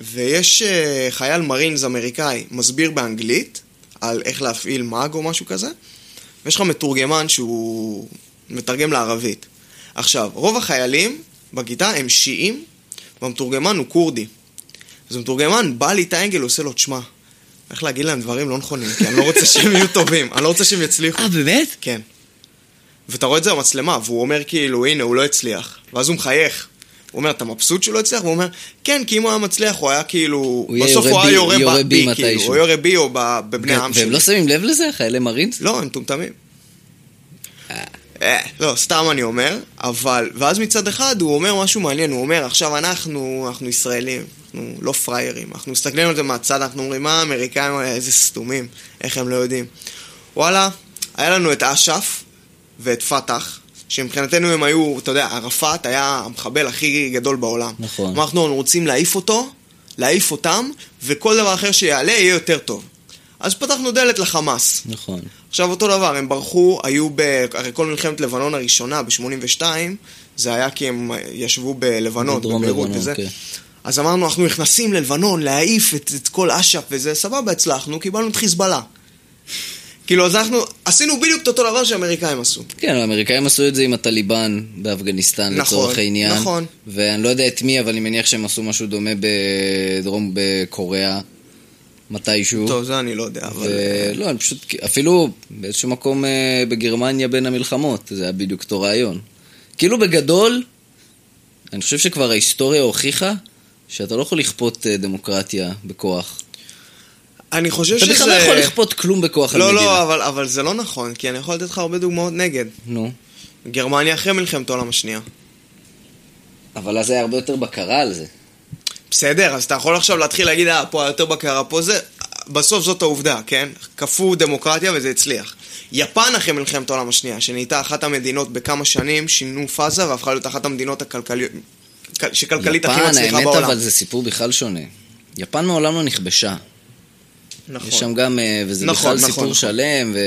[SPEAKER 2] ויש אה, חייל מרינס אמריקאי מסביר באנגלית על איך להפעיל מאג או משהו כזה, ויש לך מתורגמן שהוא מתרגם לערבית. עכשיו, רוב החיילים בכיתה הם שיעים, והמתורגמן הוא כורדי. אז המתורגמן בא לאיתי אנגל, הוא עושה לו, תשמע, איך להגיד להם דברים לא נכונים, כי אני לא רוצה שהם יהיו טובים, אני לא רוצה שהם יצליחו.
[SPEAKER 1] אה, באמת?
[SPEAKER 2] כן. ואתה רואה את זה במצלמה, והוא אומר כאילו, הנה, הוא לא הצליח. ואז הוא מחייך. הוא אומר, אתה מבסוט שהוא לא הצליח? והוא אומר, כן, כי אם הוא היה מצליח, הוא היה כאילו...
[SPEAKER 1] יהיה
[SPEAKER 2] בסוף
[SPEAKER 1] יורה
[SPEAKER 2] הוא היה
[SPEAKER 1] בי-
[SPEAKER 2] יורה
[SPEAKER 1] יורה
[SPEAKER 2] ב-
[SPEAKER 1] בי
[SPEAKER 2] בי, כאילו.
[SPEAKER 1] מתישהו.
[SPEAKER 2] הוא יורה בי או ב- בבני
[SPEAKER 1] גם-
[SPEAKER 2] העם
[SPEAKER 1] והם
[SPEAKER 2] שלי.
[SPEAKER 1] לא שמים לב לזה, חיילי מרינס?
[SPEAKER 2] לא, הם מטומטמים.
[SPEAKER 1] אה.
[SPEAKER 2] אה, לא, סתם אני אומר, אבל... ואז מצד אחד הוא אומר משהו מעניין, הוא אומר, עכשיו אנחנו, אנחנו ישראלים, אנחנו לא פראיירים, אנחנו מסתכלים על זה מהצד, אנחנו אומרים, מה האמריקאים, האלה, איזה סתומים, איך הם לא יודעים. וואלה, היה לנו את אש"ף ואת פת"ח, שמבחינתנו הם היו, אתה יודע, ערפאת היה המחבל הכי גדול בעולם.
[SPEAKER 1] נכון.
[SPEAKER 2] אמרנו, אנחנו רוצים להעיף אותו, להעיף אותם, וכל דבר אחר שיעלה יהיה יותר טוב. אז פתחנו דלת לחמאס.
[SPEAKER 1] נכון.
[SPEAKER 2] עכשיו אותו דבר, הם ברחו, היו ב... הרי כל מלחמת לבנון הראשונה, ב-82, זה היה כי הם ישבו בלבנון,
[SPEAKER 1] בדרום
[SPEAKER 2] בביירות
[SPEAKER 1] לבנון,
[SPEAKER 2] וזה.
[SPEAKER 1] כן.
[SPEAKER 2] אז אמרנו, אנחנו נכנסים ללבנון להעיף את, את כל אש"ף וזה, סבבה, הצלחנו, קיבלנו את חיזבאללה. כאילו, אז אנחנו עשינו בדיוק את אותו דבר שהאמריקאים עשו.
[SPEAKER 1] כן, האמריקאים עשו את זה עם הטליבן באפגניסטן
[SPEAKER 2] נכון,
[SPEAKER 1] לצורך העניין.
[SPEAKER 2] נכון.
[SPEAKER 1] ואני לא יודע את מי, אבל אני מניח שהם עשו משהו דומה בדרום, בקוריאה, מתישהו.
[SPEAKER 2] טוב, זה אני לא יודע, אבל...
[SPEAKER 1] ולא, אה, לא, אני פשוט, אפילו באיזשהו מקום אה, בגרמניה בין המלחמות, זה היה בדיוק אותו רעיון. כאילו בגדול, אני חושב שכבר ההיסטוריה הוכיחה שאתה לא יכול לכפות אה, דמוקרטיה בכוח.
[SPEAKER 2] אני חושב
[SPEAKER 1] אתה
[SPEAKER 2] שזה...
[SPEAKER 1] בכלל לא יכול לכפות כלום בכוח על
[SPEAKER 2] לא,
[SPEAKER 1] מדינה.
[SPEAKER 2] לא, אבל, אבל זה לא נכון, כי אני יכול לתת לך הרבה דוגמאות נגד.
[SPEAKER 1] נו.
[SPEAKER 2] גרמניה אחרי מלחמת העולם השנייה.
[SPEAKER 1] אבל אז היה הרבה יותר בקרה על זה.
[SPEAKER 2] בסדר, אז אתה יכול עכשיו להתחיל להגיד, אה, פה היה יותר בקרה, פה זה... בסוף זאת העובדה, כן? כפו דמוקרטיה וזה הצליח. יפן אחרי מלחמת העולם השנייה, שנהייתה אחת המדינות בכמה שנים, שינו פאזה והפכה להיות אחת המדינות הכלכליות... כל- שכלכלית הכי מצליחה
[SPEAKER 1] האמת,
[SPEAKER 2] בעולם.
[SPEAKER 1] אבל זה סיפור בכלל שונה. יפן מעולם לא נכבשה.
[SPEAKER 2] נכון.
[SPEAKER 1] יש שם גם, אה, וזה
[SPEAKER 2] נכון,
[SPEAKER 1] בכלל
[SPEAKER 2] נכון,
[SPEAKER 1] סיפור
[SPEAKER 2] נכון.
[SPEAKER 1] שלם, ו...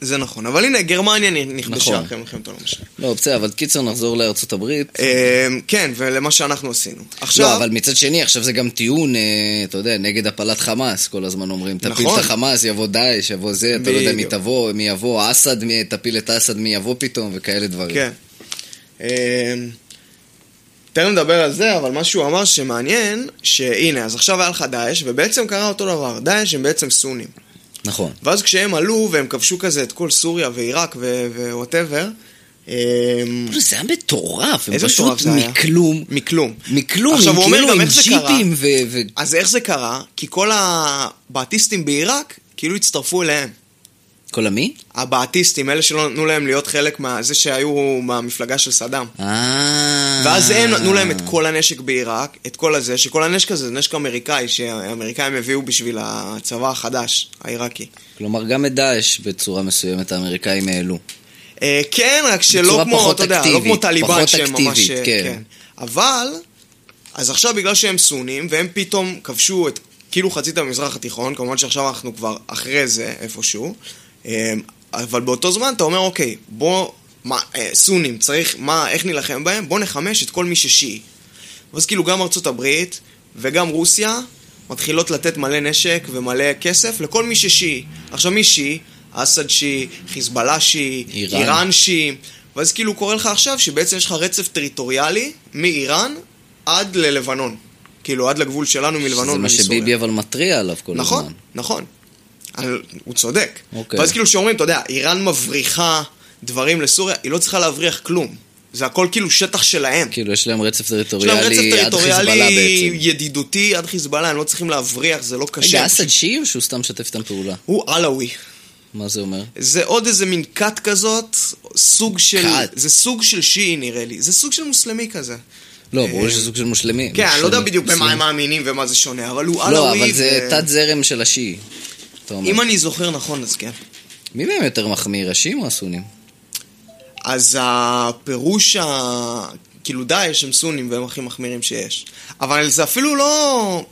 [SPEAKER 2] זה נכון. אבל הנה, גרמניה נכבשה
[SPEAKER 1] נכון.
[SPEAKER 2] אחרי מלחמת העולם השנייה.
[SPEAKER 1] לא, בסדר, אבל קיצר, נחזור לארצות הברית.
[SPEAKER 2] אמ, כן, ולמה שאנחנו עשינו. עכשיו...
[SPEAKER 1] לא, אבל מצד שני, עכשיו זה גם טיעון, אה, אתה יודע, נגד הפלת חמאס, כל הזמן אומרים. תפיל
[SPEAKER 2] נכון.
[SPEAKER 1] את החמאס, יבוא דאעש, יבוא זה, אתה לא יודע מי
[SPEAKER 2] בדיוק.
[SPEAKER 1] תבוא, מי יבוא, אסד, מי- תפיל את אסד, מי יבוא פתאום, וכאלה דברים.
[SPEAKER 2] כן. אמ, תכף נדבר על זה, אבל מה שהוא אמר שמעניין, שהנה, אז עכשיו היה לך דאעש, ובעצם קרה אותו דבר. דאעש הם בעצם סונים.
[SPEAKER 1] נכון.
[SPEAKER 2] ואז כשהם עלו והם כבשו כזה את כל סוריה ועיראק ווואטאבר,
[SPEAKER 1] זה היה מטורף, הם
[SPEAKER 2] איזה
[SPEAKER 1] פשוט
[SPEAKER 2] מטורף זה היה?
[SPEAKER 1] מכלום,
[SPEAKER 2] מכלום.
[SPEAKER 1] מכלום,
[SPEAKER 2] עכשיו,
[SPEAKER 1] הם
[SPEAKER 2] הוא אומר
[SPEAKER 1] כאילו עם
[SPEAKER 2] גם איך זה קרה.
[SPEAKER 1] ג'יפים ו- ו...
[SPEAKER 2] אז איך זה קרה? כי כל הבעתיסטים בעיראק כאילו הצטרפו אליהם.
[SPEAKER 1] כל המי?
[SPEAKER 2] הבעתיסטים, אלה שלא נתנו להם להיות חלק מה... זה שהיו מהמפלגה של סדאם.
[SPEAKER 1] אה...
[SPEAKER 2] ואז הם נתנו להם את כל הנשק בעיראק, את כל הזה, שכל הנשק הזה זה נשק אמריקאי, שהאמריקאים הביאו בשביל הצבא החדש, העיראקי.
[SPEAKER 1] כלומר, גם את דאעש בצורה מסוימת האמריקאים העלו.
[SPEAKER 2] אה, כן, רק שלא
[SPEAKER 1] בצורה
[SPEAKER 2] כמו,
[SPEAKER 1] פחות
[SPEAKER 2] אתה יודע, לא
[SPEAKER 1] אקטיבית,
[SPEAKER 2] כמו טליבן
[SPEAKER 1] פחות
[SPEAKER 2] שהם ממש...
[SPEAKER 1] אקטיבית,
[SPEAKER 2] אה,
[SPEAKER 1] כן.
[SPEAKER 2] אבל, אז עכשיו בגלל שהם סונים, והם פתאום כבשו את כאילו חצית המזרח התיכון, כמובן שעכשיו אנחנו כבר אחרי זה איפשהו, אה, אבל באותו זמן אתה אומר, אוקיי, בוא, מה, אה, סונים, צריך, מה, איך נילחם בהם? בוא נחמש את כל מי ששיעי. ואז כאילו גם ארצות הברית וגם רוסיה מתחילות לתת מלא נשק ומלא כסף לכל מי ששיעי. עכשיו מי שיעי? אסד שיעי, חיזבאללה שיעי,
[SPEAKER 1] איראן.
[SPEAKER 2] איראן, איראן שיעי. ואז כאילו קורה לך עכשיו שבעצם יש לך רצף טריטוריאלי מאיראן עד ללבנון. כאילו עד לגבול שלנו מלבנון
[SPEAKER 1] זה מה
[SPEAKER 2] ומסוריה.
[SPEAKER 1] שביבי אבל מתריע עליו כל
[SPEAKER 2] נכון,
[SPEAKER 1] הזמן.
[SPEAKER 2] נכון. על- הוא צודק.
[SPEAKER 1] אוקיי.
[SPEAKER 2] ואז כאילו שאומרים, אתה יודע, איראן מבריחה דברים לסוריה, היא לא צריכה להבריח כלום. זה הכל כאילו שטח שלהם.
[SPEAKER 1] כאילו, יש להם רצף
[SPEAKER 2] יש להם רצף
[SPEAKER 1] טריטוריאלי עד חיזבאללה
[SPEAKER 2] טריטוריאלי
[SPEAKER 1] בעצם.
[SPEAKER 2] ידידותי עד חיזבאללה, הם לא צריכים להבריח, זה לא קשה.
[SPEAKER 1] רגע, אסד שיעי או שהוא סתם משתף איתם פעולה?
[SPEAKER 2] הוא עלאווי.
[SPEAKER 1] מה זה אומר?
[SPEAKER 2] זה עוד איזה מין כת כזאת, סוג של...
[SPEAKER 1] כת.
[SPEAKER 2] זה סוג של שיעי נראה לי. זה סוג של מוסלמי כזה.
[SPEAKER 1] לא, ברור שזה סוג של מושלמים.
[SPEAKER 2] אה, כן, אני לא יודע
[SPEAKER 1] מושלמים.
[SPEAKER 2] בדיוק במה הם
[SPEAKER 1] מושלמים.
[SPEAKER 2] מאמינים ומה זה שונה, אבל הוא
[SPEAKER 1] לא,
[SPEAKER 2] עלאווי.
[SPEAKER 1] אבל זה
[SPEAKER 2] ו-
[SPEAKER 1] תת זרם של השיעי. אתה אומר.
[SPEAKER 2] אם אני זוכר נכון, אז כן.
[SPEAKER 1] מי מהם יותר מחמיר, השיעים או הסונים?
[SPEAKER 2] אז הפירוש ה... כאילו דאעש הם סונים והם הכי מחמירים שיש. אבל זה אפילו לא...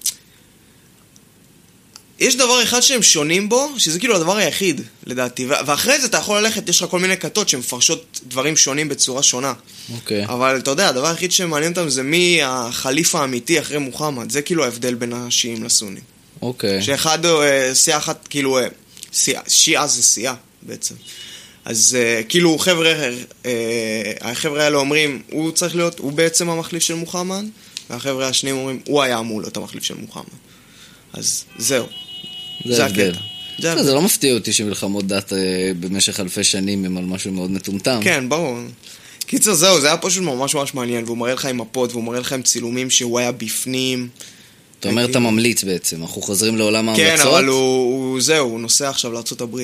[SPEAKER 2] יש דבר אחד שהם שונים בו, שזה כאילו הדבר היחיד, לדעתי. ו- ואחרי זה אתה יכול ללכת, יש לך כל מיני כתות שמפרשות דברים שונים בצורה שונה.
[SPEAKER 1] אוקיי.
[SPEAKER 2] אבל אתה יודע, הדבר היחיד שמעניין אותם זה מי החליף האמיתי אחרי מוחמד. זה כאילו ההבדל בין השיעים לסונים.
[SPEAKER 1] אוקיי.
[SPEAKER 2] שאחד, אה, סיעה אחת, כאילו, אה, סיעה- שיעה זה סיעה בעצם. אז אה, כאילו חבר'ה, אה, החבר'ה האלה אומרים, הוא צריך להיות, הוא בעצם המחליף של מוחמד, והחבר'ה השניים אומרים, הוא היה אמור להיות המחליף של מוחמד. אז זהו.
[SPEAKER 1] זה
[SPEAKER 2] זה
[SPEAKER 1] ההבדל.
[SPEAKER 2] הקטע. זה
[SPEAKER 1] לא,
[SPEAKER 2] ההבדל.
[SPEAKER 1] זה לא מפתיע אותי שמלחמות דת אה, במשך אלפי שנים הם על משהו מאוד מטומטם.
[SPEAKER 2] כן, ברור. קיצר, זהו, זה היה פשוט ממש ממש מעניין, והוא מראה לך עם מפות, והוא מראה לך עם צילומים שהוא היה בפנים.
[SPEAKER 1] אתה אומר, אתה ממליץ בעצם, אנחנו חוזרים לעולם ההמלצות.
[SPEAKER 2] כן, אבל הוא, הוא, זהו, הוא נוסע עכשיו לארה"ב.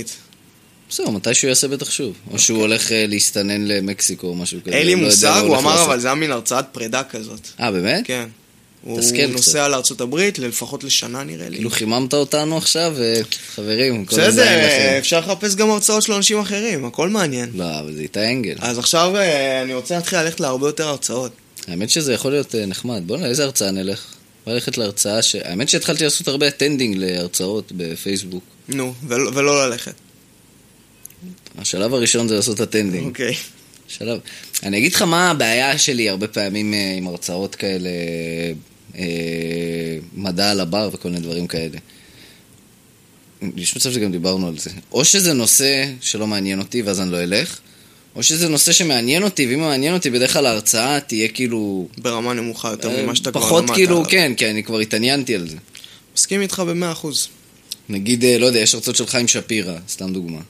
[SPEAKER 1] בסדר, מתי שהוא יעשה בטח שוב. או שהוא הולך אה, להסתנן למקסיקו או משהו כזה.
[SPEAKER 2] אוקיי. אין
[SPEAKER 1] לא יודע
[SPEAKER 2] לי
[SPEAKER 1] מה
[SPEAKER 2] מושג, הוא
[SPEAKER 1] הולך
[SPEAKER 2] אמר,
[SPEAKER 1] לעשות.
[SPEAKER 2] אבל זה היה מין הרצאת פרידה כזאת.
[SPEAKER 1] אה, באמת?
[SPEAKER 2] כן. הוא
[SPEAKER 1] תסכל קצת.
[SPEAKER 2] נוסע לארה"ב לפחות לשנה נראה לי.
[SPEAKER 1] כאילו חיממת אותנו עכשיו, אה, חברים, כל
[SPEAKER 2] בסדר, אה,
[SPEAKER 1] הזין לכם.
[SPEAKER 2] אפשר לחפש גם הרצאות של אנשים אחרים, הכל מעניין.
[SPEAKER 1] לא, אבל זה איתי אנגל.
[SPEAKER 2] אז עכשיו אה, אני רוצה להתחיל ללכת להרבה יותר הרצאות.
[SPEAKER 1] האמת שזה יכול להיות אה, נחמד. בוא'נה, איזה הרצאה נלך? בוא ללכת להרצאה ש... האמת שהתחלתי לעשות הרבה אטנדינג להרצאות בפייסבוק.
[SPEAKER 2] נו, ול- ולא ללכת.
[SPEAKER 1] השלב הראשון זה לעשות אטנדינג.
[SPEAKER 2] אוקיי.
[SPEAKER 1] שלב. אני אגיד לך מה הבעיה שלי הרבה פעמים אה, עם הרצאות כאלה, אה, מדע על הבר וכל מיני דברים כאלה. יש מצב שגם דיברנו על זה. או שזה נושא שלא מעניין אותי ואז אני לא אלך, או שזה נושא שמעניין אותי, ואם הוא מעניין אותי, בדרך כלל ההרצאה תהיה כאילו...
[SPEAKER 2] ברמה נמוכה יותר ממה שאתה כבר
[SPEAKER 1] פחות
[SPEAKER 2] למדת
[SPEAKER 1] כאילו,
[SPEAKER 2] עליו.
[SPEAKER 1] כן, כי אני כבר התעניינתי על זה.
[SPEAKER 2] מסכים איתך במאה אחוז.
[SPEAKER 1] נגיד, אה, לא יודע, יש הרצאות של חיים שפירא, סתם דוגמה.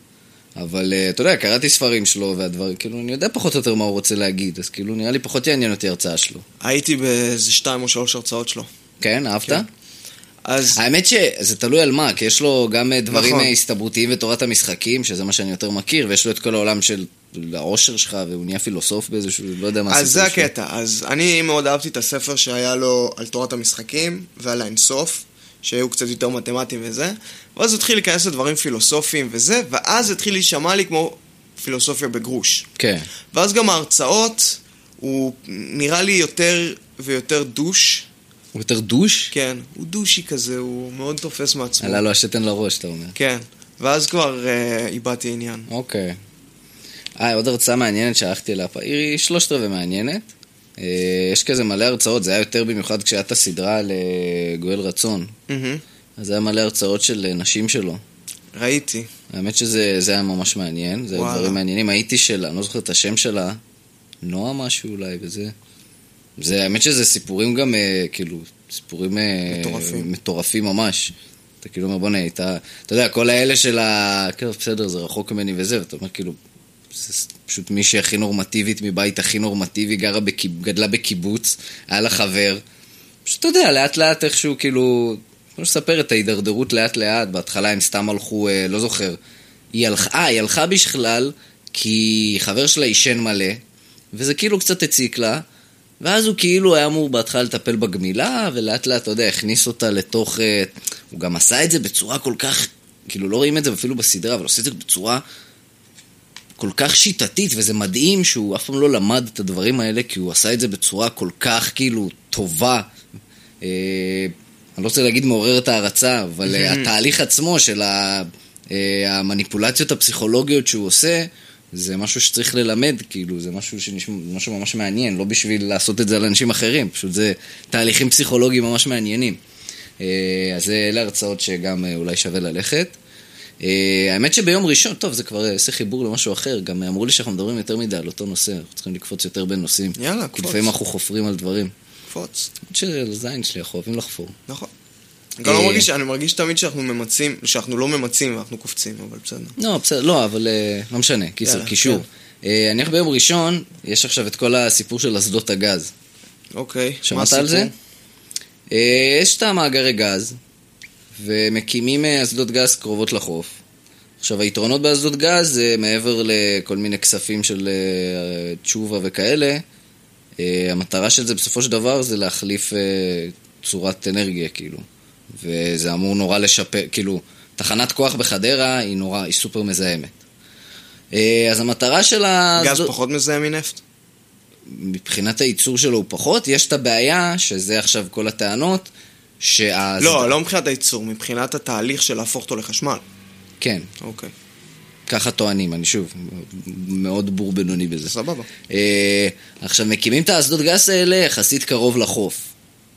[SPEAKER 1] אבל אה, אתה יודע, קראתי ספרים שלו והדברים, כאילו, אני יודע פחות או יותר מה הוא רוצה להגיד, אז כאילו, נראה לי פחות יעניין אותי הרצאה שלו.
[SPEAKER 2] הייתי באיזה שתיים או שלוש הרצאות שלו.
[SPEAKER 1] כן, אהבת?
[SPEAKER 2] כן. אז
[SPEAKER 1] האמת שזה תלוי על מה, כי יש לו גם אה, דברים
[SPEAKER 2] נכון.
[SPEAKER 1] נכון. הסתברותיים ותורת המשחקים, שזה מה שאני יותר מכיר, ויש לו את כל העולם של העושר שלך, והוא נהיה פילוסוף באיזשהו, לא יודע מה
[SPEAKER 2] אז אה, זה
[SPEAKER 1] שלו.
[SPEAKER 2] הקטע. אז אני מאוד אהבתי את הספר שהיה לו על תורת המשחקים ועל האינסוף, שהיו קצת יותר מתמטיים וזה, ואז הוא התחיל להיכנס לדברים פילוסופיים וזה, ואז התחיל להישמע לי כמו פילוסופיה בגרוש.
[SPEAKER 1] כן.
[SPEAKER 2] ואז גם ההרצאות, הוא נראה לי יותר ויותר דוש.
[SPEAKER 1] הוא יותר דוש?
[SPEAKER 2] כן, הוא דושי כזה, הוא מאוד תופס מעצמו.
[SPEAKER 1] עלה לו השתן לראש, אתה אומר.
[SPEAKER 2] כן. ואז כבר אה, איבדתי עניין.
[SPEAKER 1] אוקיי. אה, עוד הרצאה מעניינת שהלכתי אליה, פעם. היא שלושת רבעי מעניינת. אה, יש כזה מלא הרצאות, זה היה יותר במיוחד כשהיה את הסדרה על אה, גואל רצון.
[SPEAKER 2] מהמם.
[SPEAKER 1] אז היה מלא הרצאות של אה, נשים שלו.
[SPEAKER 2] ראיתי.
[SPEAKER 1] האמת שזה זה היה ממש מעניין, זה היה
[SPEAKER 2] וואלה.
[SPEAKER 1] דברים מעניינים. הייתי של, אני לא זוכר את השם שלה, נועה משהו אולי וזה. זה, האמת שזה סיפורים גם, אה, כאילו, סיפורים... אה,
[SPEAKER 2] מטורפים.
[SPEAKER 1] מטורפים ממש. אתה כאילו אומר, בוא'נה, הייתה... אתה יודע, כל האלה של ה... כאילו, בסדר, זה רחוק ממני וזה, ואתה אומר, כאילו, זה ס- פשוט מישהי הכי נורמטיבית מבית הכי נורמטיבי, גרה בקיב... גדלה בקיבוץ, היה לה חבר. פשוט, אתה יודע, לאט לאט איכשהו, כאילו, כמו שספר את ההידרדרות לאט לאט, בהתחלה הם סתם הלכו, אה, לא זוכר. היא הלכה, אה, היא הלכה בכלל, כי חבר שלה עישן מלא, וזה כאילו קצת הציק לה, ואז הוא כאילו היה אמור בהתחלה לטפל בגמילה, ולאט לאט, אתה יודע, הכניס אותה לתוך... אה, הוא גם עשה את זה בצורה כל כך... כאילו, לא רואים את זה אפילו בסדרה, אבל עושה את זה בצורה כל כך שיטתית, וזה מדהים שהוא אף פעם לא למד את הדברים האלה, כי הוא עשה את זה בצורה כל כך, כאילו, טובה. אה, אני לא רוצה להגיד מעוררת הערצה, אבל אה, התהליך עצמו של ה, אה, המניפולציות הפסיכולוגיות שהוא עושה, זה משהו שצריך ללמד, כאילו, זה משהו, שנשמע, זה משהו ממש מעניין, לא בשביל לעשות את זה על אנשים אחרים, פשוט זה תהליכים פסיכולוגיים ממש מעניינים. אה, אז זה- אלה הרצאות שגם אה, אולי שווה ללכת. אה, האמת שביום ראשון, טוב, זה כבר אה, עושה חיבור למשהו אחר, גם אמרו לי שאנחנו מדברים יותר מדי על אותו נושא, אנחנו צריכים לקפוץ יותר בין נושאים.
[SPEAKER 2] יאללה,
[SPEAKER 1] כי
[SPEAKER 2] קפוץ.
[SPEAKER 1] לפעמים אנחנו חופרים על דברים.
[SPEAKER 2] קפוץ.
[SPEAKER 1] של זין שלי, אנחנו אוהבים לחפור.
[SPEAKER 2] נכון. גם לא
[SPEAKER 1] אה,
[SPEAKER 2] מרגיש, אני מרגיש תמיד שאנחנו ממצים, שאנחנו לא ממצים ואנחנו קופצים, אבל בסדר.
[SPEAKER 1] לא, בסדר, לא, אבל אה, לא משנה, קיצר,
[SPEAKER 2] יאללה,
[SPEAKER 1] קישור. אה, אני הולך ביום ראשון, יש עכשיו את כל הסיפור של אסדות הגז.
[SPEAKER 2] אוקיי. מה
[SPEAKER 1] שמעת
[SPEAKER 2] הסיפור?
[SPEAKER 1] על זה? כן. אה, יש את המאגרי גז, ומקימים אה, אסדות גז קרובות לחוף. עכשיו, היתרונות באסדות גז זה מעבר לכל מיני כספים של אה, תשובה וכאלה, אה, המטרה של זה בסופו של דבר זה להחליף אה, צורת אנרגיה, כאילו. וזה אמור נורא לשפר, כאילו, תחנת כוח בחדרה היא נורא, היא סופר מזהמת. אה, אז המטרה של ה...
[SPEAKER 2] גז פחות מזהם מנפט?
[SPEAKER 1] מבחינת הייצור שלו הוא פחות, יש את הבעיה, שזה עכשיו כל הטענות, שה...
[SPEAKER 2] לא, לא מבחינת הייצור, מבחינת התהליך של להפוך אותו לחשמל.
[SPEAKER 1] כן,
[SPEAKER 2] אוקיי.
[SPEAKER 1] ככה טוענים, אני שוב, מאוד בור בינוני בזה.
[SPEAKER 2] סבבה.
[SPEAKER 1] אה, עכשיו, מקימים את האסדות גס האלה יחסית קרוב לחוף,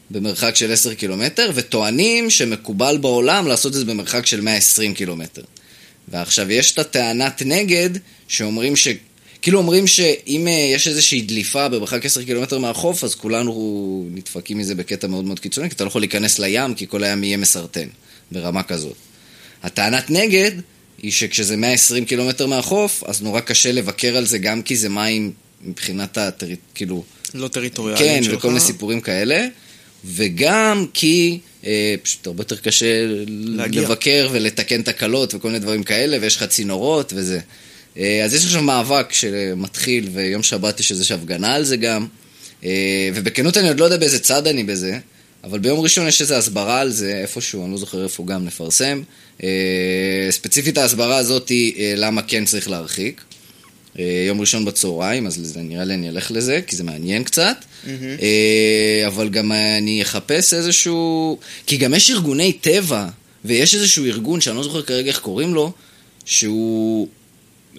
[SPEAKER 1] במרחק של 10 קילומטר, וטוענים שמקובל בעולם לעשות את זה במרחק של 120 קילומטר. ועכשיו, יש את הטענת נגד, שאומרים ש... כאילו אומרים שאם אה, יש איזושהי דליפה במרחק 10 קילומטר מהחוף, אז כולנו נדפקים מזה בקטע מאוד מאוד קיצוני, כי אתה לא יכול להיכנס לים, כי כל הים יהיה מסרטן, ברמה כזאת. הטענת נגד היא שכשזה 120 קילומטר מהחוף, אז נורא קשה לבקר על זה, גם כי זה מים מבחינת הטריט... כאילו...
[SPEAKER 2] לא טריטוריאליים
[SPEAKER 1] כן,
[SPEAKER 2] שלך.
[SPEAKER 1] וכל מיני סיפורים כאלה. וגם כי אה, פשוט הרבה יותר קשה
[SPEAKER 2] להגיע.
[SPEAKER 1] להגיע. לבקר ולתקן תקלות וכל מיני דברים כאלה, ויש לך צינורות וזה. אה, אז יש עכשיו מאבק שמתחיל, ויום שבת יש איזושהי הפגנה על זה גם. אה, ובכנות אני עוד לא יודע באיזה צד אני בזה, אבל ביום ראשון יש איזו הסברה על זה איפשהו, אני לא זוכר איפה גם נפרסם. אה, ספציפית ההסברה הזאת היא אה, למה כן צריך להרחיק. אה, יום ראשון בצהריים, אז לזה, נראה לי אני אלך לזה, כי זה מעניין קצת. אה, אבל גם אה, אני אחפש איזשהו... כי גם יש ארגוני טבע, ויש איזשהו ארגון שאני לא זוכר כרגע איך קוראים לו, שהוא...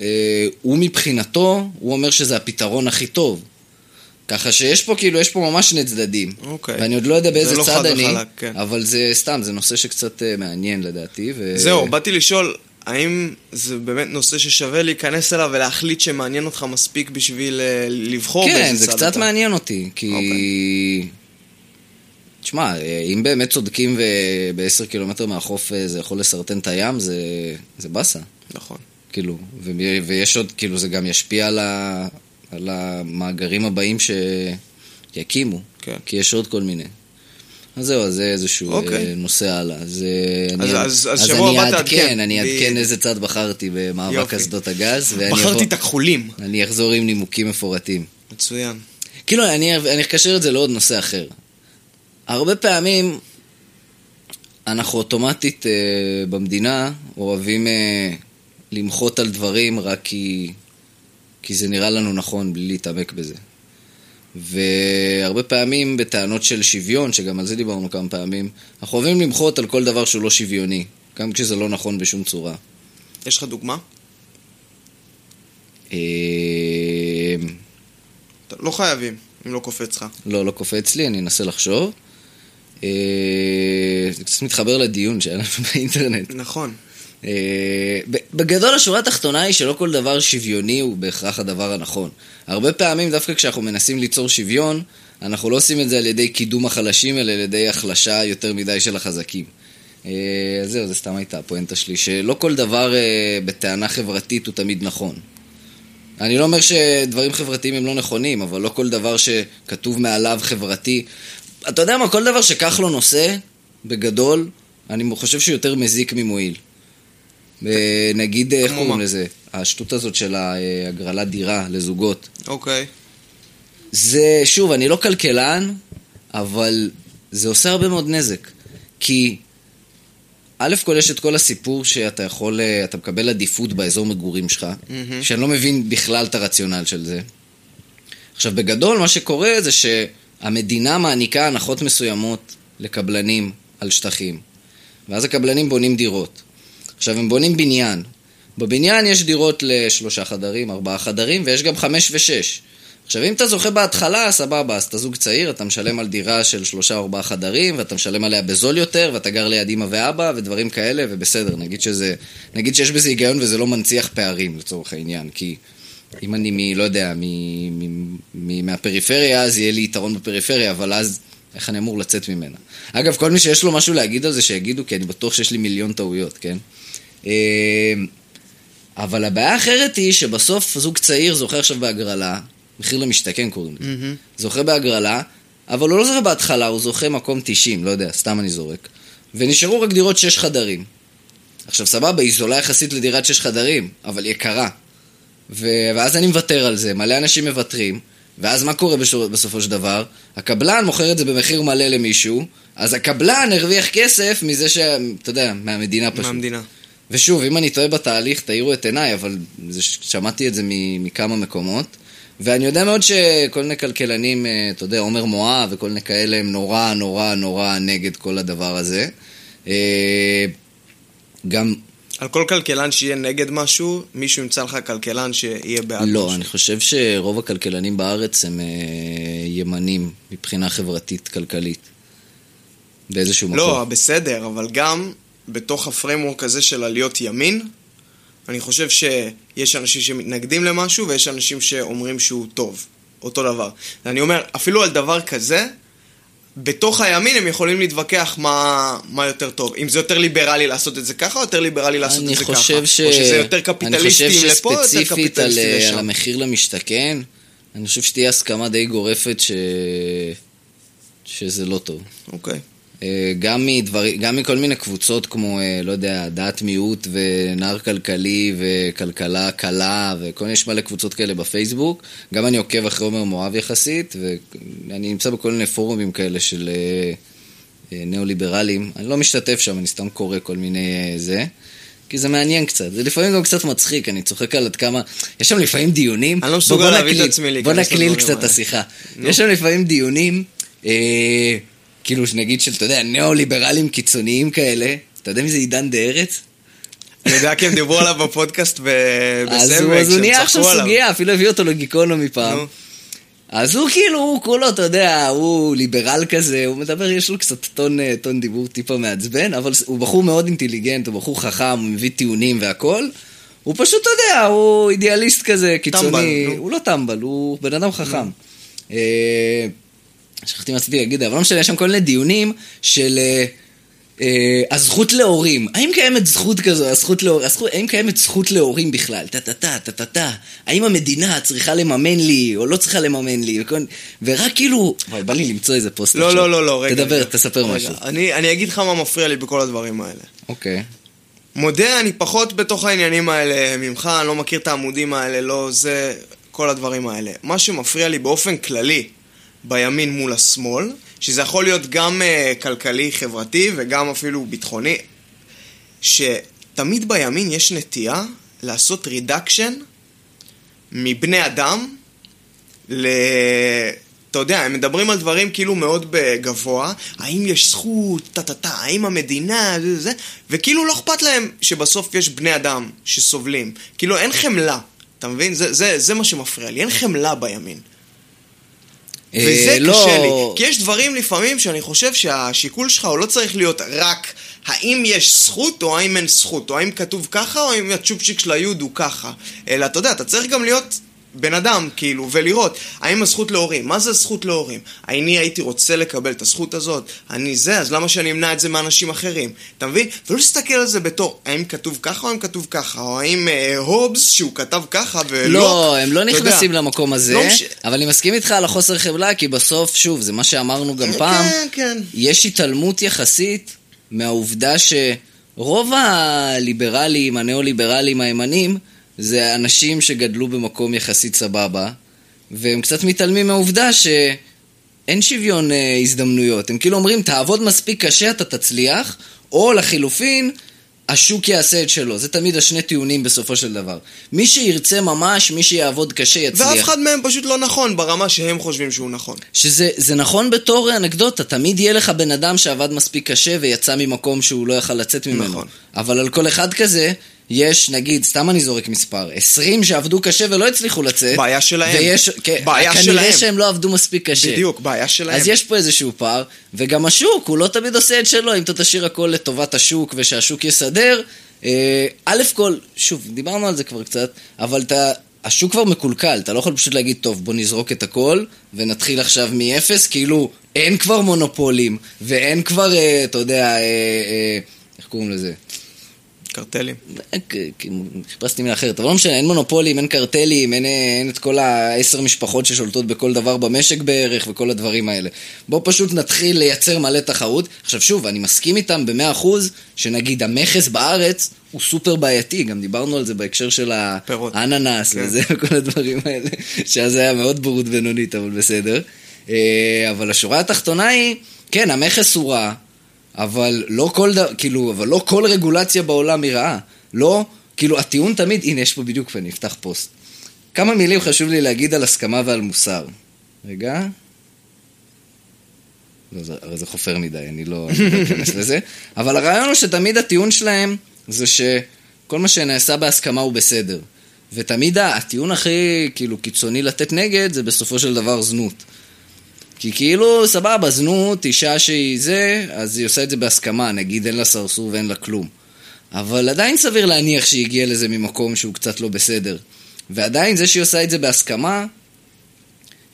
[SPEAKER 1] אה, הוא מבחינתו, הוא אומר שזה הפתרון הכי טוב. ככה שיש פה, כאילו, יש פה ממש שני צדדים.
[SPEAKER 2] אוקיי.
[SPEAKER 1] ואני עוד לא יודע באיזה
[SPEAKER 2] לא
[SPEAKER 1] צד
[SPEAKER 2] חד
[SPEAKER 1] אני,
[SPEAKER 2] וחלק, כן.
[SPEAKER 1] אבל זה סתם, זה נושא שקצת אה, מעניין לדעתי. ו...
[SPEAKER 2] זהו, באתי לשאול, האם זה באמת נושא ששווה להיכנס אליו ולהחליט שמעניין אותך מספיק בשביל אה, לבחור באיזה צד
[SPEAKER 1] כן, זה קצת
[SPEAKER 2] אתה?
[SPEAKER 1] מעניין אותי, כי... תשמע, אה, אם באמת צודקים וב-10 קילומטר מהחוף אה, זה יכול לסרטן את הים, זה, זה באסה,
[SPEAKER 2] נכון.
[SPEAKER 1] כאילו. ו... ויש עוד, כאילו, זה גם ישפיע על, ה... על המאגרים הבאים שיקימו.
[SPEAKER 2] כן.
[SPEAKER 1] כי יש עוד כל מיני. אז זהו, אז זה איזשהו
[SPEAKER 2] אוקיי.
[SPEAKER 1] אה, נושא הלאה. אז, אה,
[SPEAKER 2] אז-
[SPEAKER 1] אני,
[SPEAKER 2] אז- אז שבוע הבא
[SPEAKER 1] אני
[SPEAKER 2] תעדכן.
[SPEAKER 1] אעדכן, אני אעדכן
[SPEAKER 2] ב-
[SPEAKER 1] איזה צד בחרתי במאבק
[SPEAKER 2] יופי.
[SPEAKER 1] אסדות הגז. ואני
[SPEAKER 2] בחרתי
[SPEAKER 1] אבוא-
[SPEAKER 2] את הכחולים.
[SPEAKER 1] אני אחזור עם נימוקים מפורטים.
[SPEAKER 2] מצוין.
[SPEAKER 1] כאילו, אני, אני אקשר את זה לעוד נושא אחר. הרבה פעמים אנחנו אוטומטית אה, במדינה אוהבים אה, למחות על דברים רק כי, כי זה נראה לנו נכון בלי להתעמק בזה. והרבה פעמים בטענות של שוויון, שגם על זה דיברנו כמה פעמים, אנחנו אוהבים למחות על כל דבר שהוא לא שוויוני, גם כשזה לא נכון בשום צורה.
[SPEAKER 2] יש לך דוגמה?
[SPEAKER 1] אה,
[SPEAKER 2] אתה- לא חייבים, אם לא קופץ לך.
[SPEAKER 1] לא, לא קופץ לי, אני אנסה לחשוב. אה, זה קצת מתחבר לדיון שהיה לנו באינטרנט.
[SPEAKER 2] נכון.
[SPEAKER 1] אה, ב- בגדול השורה התחתונה היא שלא כל דבר שוויוני הוא בהכרח הדבר הנכון. הרבה פעמים דווקא כשאנחנו מנסים ליצור שוויון, אנחנו לא עושים את זה על ידי קידום החלשים, אלא על ידי החלשה יותר מדי של החזקים. אה, אז זהו, זה סתם הייתה הפואנטה שלי, שלא כל דבר אה, בטענה חברתית הוא תמיד נכון. אני לא אומר שדברים חברתיים הם לא נכונים, אבל לא כל דבר שכתוב מעליו חברתי. אתה יודע מה, כל דבר שכחלון עושה, בגדול, אני חושב שהוא יותר מזיק ממועיל. אה, נגיד, איך
[SPEAKER 2] כמו
[SPEAKER 1] קוראים
[SPEAKER 2] מה?
[SPEAKER 1] לזה? השטות הזאת של אה, הגרלת דירה לזוגות.
[SPEAKER 2] אוקיי.
[SPEAKER 1] זה, שוב, אני לא כלכלן, אבל זה עושה הרבה מאוד נזק. כי, א' כל יש את כל הסיפור שאתה יכול, אה, אתה מקבל עדיפות באזור מגורים שלך,
[SPEAKER 2] מהמם.
[SPEAKER 1] שאני לא מבין בכלל את הרציונל של זה. עכשיו, בגדול, מה שקורה זה שהמדינה מעניקה הנחות מסוימות לקבלנים על שטחים. ואז הקבלנים בונים דירות. עכשיו, הם בונים בניין. בבניין יש דירות לשלושה חדרים, ארבעה חדרים, ויש גם חמש ושש. עכשיו, אם אתה זוכה בהתחלה, סבבה, אז אתה זוג צעיר, אתה משלם על דירה של שלושה או ארבעה חדרים, ואתה משלם עליה בזול יותר, ואתה גר ליד אמא ואבא, ודברים כאלה, ובסדר, נגיד שזה... נגיד שיש בזה היגיון וזה לא מנציח פערים, לצורך העניין, כי... אם אני מ... לא יודע, מ, מ, מ, מהפריפריה, אז יהיה לי יתרון בפריפריה, אבל אז איך אני אמור לצאת ממנה? אגב, כל מי שיש לו משהו להגיד על זה, שיגידו, כי אני בטוח שיש לי מיליון טעויות, כן? אמ, אבל הבעיה האחרת היא שבסוף זוג צעיר זוכה עכשיו בהגרלה, מחיר למשתכן קוראים לזה,
[SPEAKER 2] מהמם.
[SPEAKER 1] זוכה בהגרלה, אבל הוא לא זוכה בהתחלה, הוא זוכה מקום 90, לא יודע, סתם אני זורק. ונשארו רק דירות 6 חדרים. עכשיו סבבה, היא זולה יחסית לדירת 6 חדרים, אבל יקרה. ו- ואז אני מוותר על זה, מלא אנשים מוותרים, ואז מה קורה בשור... בסופו של דבר? הקבלן מוכר את זה במחיר מלא למישהו, אז הקבלן הרוויח כסף מזה ש... אתה יודע, מהמדינה פשוט.
[SPEAKER 2] מהמדינה.
[SPEAKER 1] ושוב, אם אני טועה בתהליך, תאירו את עיניי, אבל זה, ש- שמעתי את זה מ, מכמה מקומות. ואני יודע מאוד שכל מיני כלכלנים, אה, אתה יודע, עומר מואב וכל מיני כאלה, הם נורא נורא נורא נגד כל הדבר הזה. אה, גם
[SPEAKER 2] על כל כלכלן שיהיה נגד משהו, מישהו ימצא לך כלכלן שיהיה בעד משהו.
[SPEAKER 1] לא, אני חושב שרוב הכלכלנים בארץ הם אה, ימנים מבחינה חברתית-כלכלית. באיזשהו מקום.
[SPEAKER 2] לא, בסדר, אבל גם בתוך הפרמורק הזה של עליות ימין, אני חושב שיש אנשים שמתנגדים למשהו ויש אנשים שאומרים שהוא טוב, אותו דבר. אני אומר, אפילו על דבר כזה, בתוך הימין הם יכולים להתווכח מה, מה יותר טוב. אם זה יותר ליברלי לעשות את זה ככה, או יותר ליברלי לעשות
[SPEAKER 1] אני
[SPEAKER 2] את זה
[SPEAKER 1] חושב
[SPEAKER 2] ככה.
[SPEAKER 1] ש...
[SPEAKER 2] או שזה יותר
[SPEAKER 1] אני חושב
[SPEAKER 2] קפיטליסטים לפה, או יותר
[SPEAKER 1] שספציפית על,
[SPEAKER 2] קפיטליסטים
[SPEAKER 1] אה, על
[SPEAKER 2] לשם.
[SPEAKER 1] המחיר למשתכן, אני חושב שתהיה הסכמה די גורפת ש... שזה לא טוב.
[SPEAKER 2] אוקיי.
[SPEAKER 1] אה, גם, מדבר... גם מכל מיני קבוצות כמו, אה, לא יודע, דעת מיעוט ונער כלכלי וכלכלה קלה וכל מיני, יש מלא קבוצות כאלה בפייסבוק. גם אני עוקב אחרי עומר מואב יחסית, ואני נמצא בכל מיני פורומים כאלה של אה, אה, ניאו-ליברלים. אני לא משתתף שם, אני סתם קורא כל מיני אה, זה. כי זה מעניין קצת, זה לפעמים גם קצת מצחיק, אני צוחק על עד כמה... יש שם לפעמים דיונים...
[SPEAKER 2] אני לא מסוגל
[SPEAKER 1] בוא- בוא
[SPEAKER 2] להביא את
[SPEAKER 1] נקליל-
[SPEAKER 2] עצמי
[SPEAKER 1] בוא
[SPEAKER 2] להיכנס
[SPEAKER 1] נקליל
[SPEAKER 2] לדברים
[SPEAKER 1] קצת את
[SPEAKER 2] האלה.
[SPEAKER 1] השיחה. יש שם לפעמים דיונים, אה, כאילו נגיד של, אתה יודע, ניאו-ליברלים קיצוניים כאלה, אתה יודע מי זה עידן דה-ארץ?
[SPEAKER 2] אני יודע כי הם דיברו עליו בפודקאסט ב-
[SPEAKER 1] אז
[SPEAKER 2] בסמק,
[SPEAKER 1] הוא- אז הוא
[SPEAKER 2] שהם
[SPEAKER 1] נהיה
[SPEAKER 2] צחקו
[SPEAKER 1] עכשיו
[SPEAKER 2] עליו.
[SPEAKER 1] סוגיה, אפילו הביא אותו לגיקונומי פעם.
[SPEAKER 2] נו.
[SPEAKER 1] אז הוא כאילו, הוא כולו, אתה יודע, הוא ליברל כזה, הוא מדבר, יש לו קצת טון, אה, טון דיבור טיפה מעצבן, אבל הוא בחור מאוד אינטליגנט, הוא בחור חכם, הוא מביא טיעונים והכל. הוא פשוט, אתה יודע, הוא אידיאליסט כזה, קיצוני.
[SPEAKER 2] טמבל, נו.
[SPEAKER 1] הוא לא טמבל, הוא בן אדם חכם. אה, שכחתי מה רציתי להגיד, אבל לא משנה, יש שם כל מיני דיונים של... אה, אה, הזכות להורים, האם קיימת זכות כזו, הזכות להורים, הזכות, האם קיימת זכות להורים בכלל, טה-טה-טה, טה-טה-טה, האם המדינה צריכה לממן לי, או לא צריכה לממן לי, וכל... ורק כאילו, וואי, בא לי למצוא איזה פוסט
[SPEAKER 2] לא,
[SPEAKER 1] עכשיו.
[SPEAKER 2] לא, לא, לא, רגע.
[SPEAKER 1] תדבר,
[SPEAKER 2] רגע.
[SPEAKER 1] תספר
[SPEAKER 2] רגע,
[SPEAKER 1] משהו.
[SPEAKER 2] אני אני אגיד לך מה מפריע לי בכל הדברים האלה.
[SPEAKER 1] אוקיי.
[SPEAKER 2] מודה, אני פחות בתוך העניינים האלה ממך, אני לא מכיר את העמודים האלה, לא זה, כל הדברים האלה. מה שמפריע לי באופן כללי בימין מול השמאל, שזה יכול להיות גם uh, כלכלי, חברתי וגם אפילו ביטחוני, שתמיד בימין יש נטייה לעשות רידקשן מבני אדם ל... אתה יודע, הם מדברים על דברים כאילו מאוד בגבוה, האם יש זכות, טה-טה-טה, האם המדינה, זה זה, וכאילו לא אכפת להם שבסוף יש בני אדם שסובלים. כאילו אין חמלה, אתה מבין? זה, זה, זה מה שמפריע לי, אין חמלה בימין. וזה
[SPEAKER 1] אה,
[SPEAKER 2] קשה
[SPEAKER 1] לא-
[SPEAKER 2] לי. כן, כי יש דברים לפעמים שאני חושב שהשיקול שלך הוא לא צריך להיות רק האם יש זכות או האם אין זכות, או האם כתוב ככה או האם הצ'ופצ'יק של היוד הוא ככה. אלא אתה יודע, אתה צריך גם להיות בן אדם, כאילו, ולראות האם הזכות להורים, מה זה זכות להורים? אני הייתי רוצה לקבל את הזכות הזאת, אני זה, אז למה שאני אמנע את זה מאנשים אחרים? אתה מבין? ולא להסתכל על זה בתור האם כתוב ככה או האם כתוב ככה, או האם אה, הובס שהוא כתב ככה ולא...
[SPEAKER 1] לא, הם לא
[SPEAKER 2] אתה יודע.
[SPEAKER 1] נכנסים למקום הזה,
[SPEAKER 2] לא מש-
[SPEAKER 1] אבל אני מסכים איתך על החוסר חמלה, כי בסוף, שוב, זה מה שאמרנו גם פעם,
[SPEAKER 2] כן, כן.
[SPEAKER 1] יש התעלמות יחסית מהעובדה שרוב הליברלים, הניאו-ליברלים הימנים, זה אנשים שגדלו במקום יחסית סבבה, והם קצת מתעלמים מהעובדה שאין שוויון אה, הזדמנויות. הם כאילו אומרים, תעבוד מספיק קשה, אתה תצליח, או לחילופין, השוק יעשה את שלו. זה תמיד השני טיעונים בסופו של דבר. מי שירצה ממש, מי שיעבוד קשה יצליח.
[SPEAKER 2] ואף אחד מהם פשוט לא נכון ברמה שהם חושבים שהוא נכון.
[SPEAKER 1] שזה זה נכון בתור אנקדוטה, תמיד יהיה לך בן אדם שעבד מספיק קשה ויצא ממקום שהוא לא יכל לצאת ממנו.
[SPEAKER 2] נכון.
[SPEAKER 1] אבל על כל אחד כזה, יש, נגיד, סתם אני זורק מספר, 20 שעבדו קשה ולא הצליחו לצאת.
[SPEAKER 2] בעיה שלהם.
[SPEAKER 1] אה, ויש, כן,
[SPEAKER 2] בעיה
[SPEAKER 1] כנראה
[SPEAKER 2] שלהם.
[SPEAKER 1] שהם לא עבדו מספיק קשה.
[SPEAKER 2] בדיוק, בעיה שלהם.
[SPEAKER 1] אז יש פה איזשהו פער, וגם השוק, הוא לא תמיד עושה את שלו, אם אתה תשאיר הכל לטובת השוק ושהשוק יסדר, אה, א' כל, שוב, דיברנו על זה כבר קצת, אבל אתה, השוק כבר מקולקל, אתה לא יכול פשוט להגיד, טוב, בוא נזרוק את הכל, ונתחיל עכשיו מאפס, כאילו, אין כבר מונופולים, ואין כבר, אה, אתה יודע, אה, אה, איך קוראים לזה?
[SPEAKER 2] קרטלים.
[SPEAKER 1] כ- כ- חיפשתי מילה אחרת, אבל לא משנה, אין מונופולים, אין קרטלים, אין, אה, אין את כל העשר משפחות ששולטות בכל דבר במשק בערך וכל הדברים האלה. בואו פשוט נתחיל לייצר מלא תחרות. עכשיו שוב, אני מסכים איתם במאה אחוז, שנגיד המכס בארץ הוא סופר בעייתי, גם דיברנו על זה בהקשר של
[SPEAKER 2] פירות.
[SPEAKER 1] האננס
[SPEAKER 2] כן.
[SPEAKER 1] וזה וכל הדברים האלה, שאז היה מאוד בורות בינונית, אבל בסדר. אה, אבל השורה התחתונה היא, כן, המכס הוא רע, אבל לא כל דבר, כאילו, אבל לא כל רגולציה בעולם היא רעה. לא, כאילו, הטיעון תמיד, הנה, יש פה בדיוק, ואני אפתח פוסט. כמה מילים חשוב לי להגיד על הסכמה ועל מוסר. רגע. לא, זה, הרי זה חופר מדי, אני לא אני לא אכנס לזה. אבל הרעיון הוא שתמיד הטיעון שלהם זה שכל מה שנעשה בהסכמה הוא בסדר. ותמיד הטיעון הכי כאילו קיצוני לתת נגד זה בסופו של דבר זנות. כי כאילו, סבבה, זנות, אישה שהיא זה, אז היא עושה את זה בהסכמה, נגיד אין לה סרסור ואין לה כלום. אבל עדיין סביר להניח שהיא הגיעה לזה ממקום שהוא קצת לא בסדר. ועדיין זה שהיא עושה את זה בהסכמה,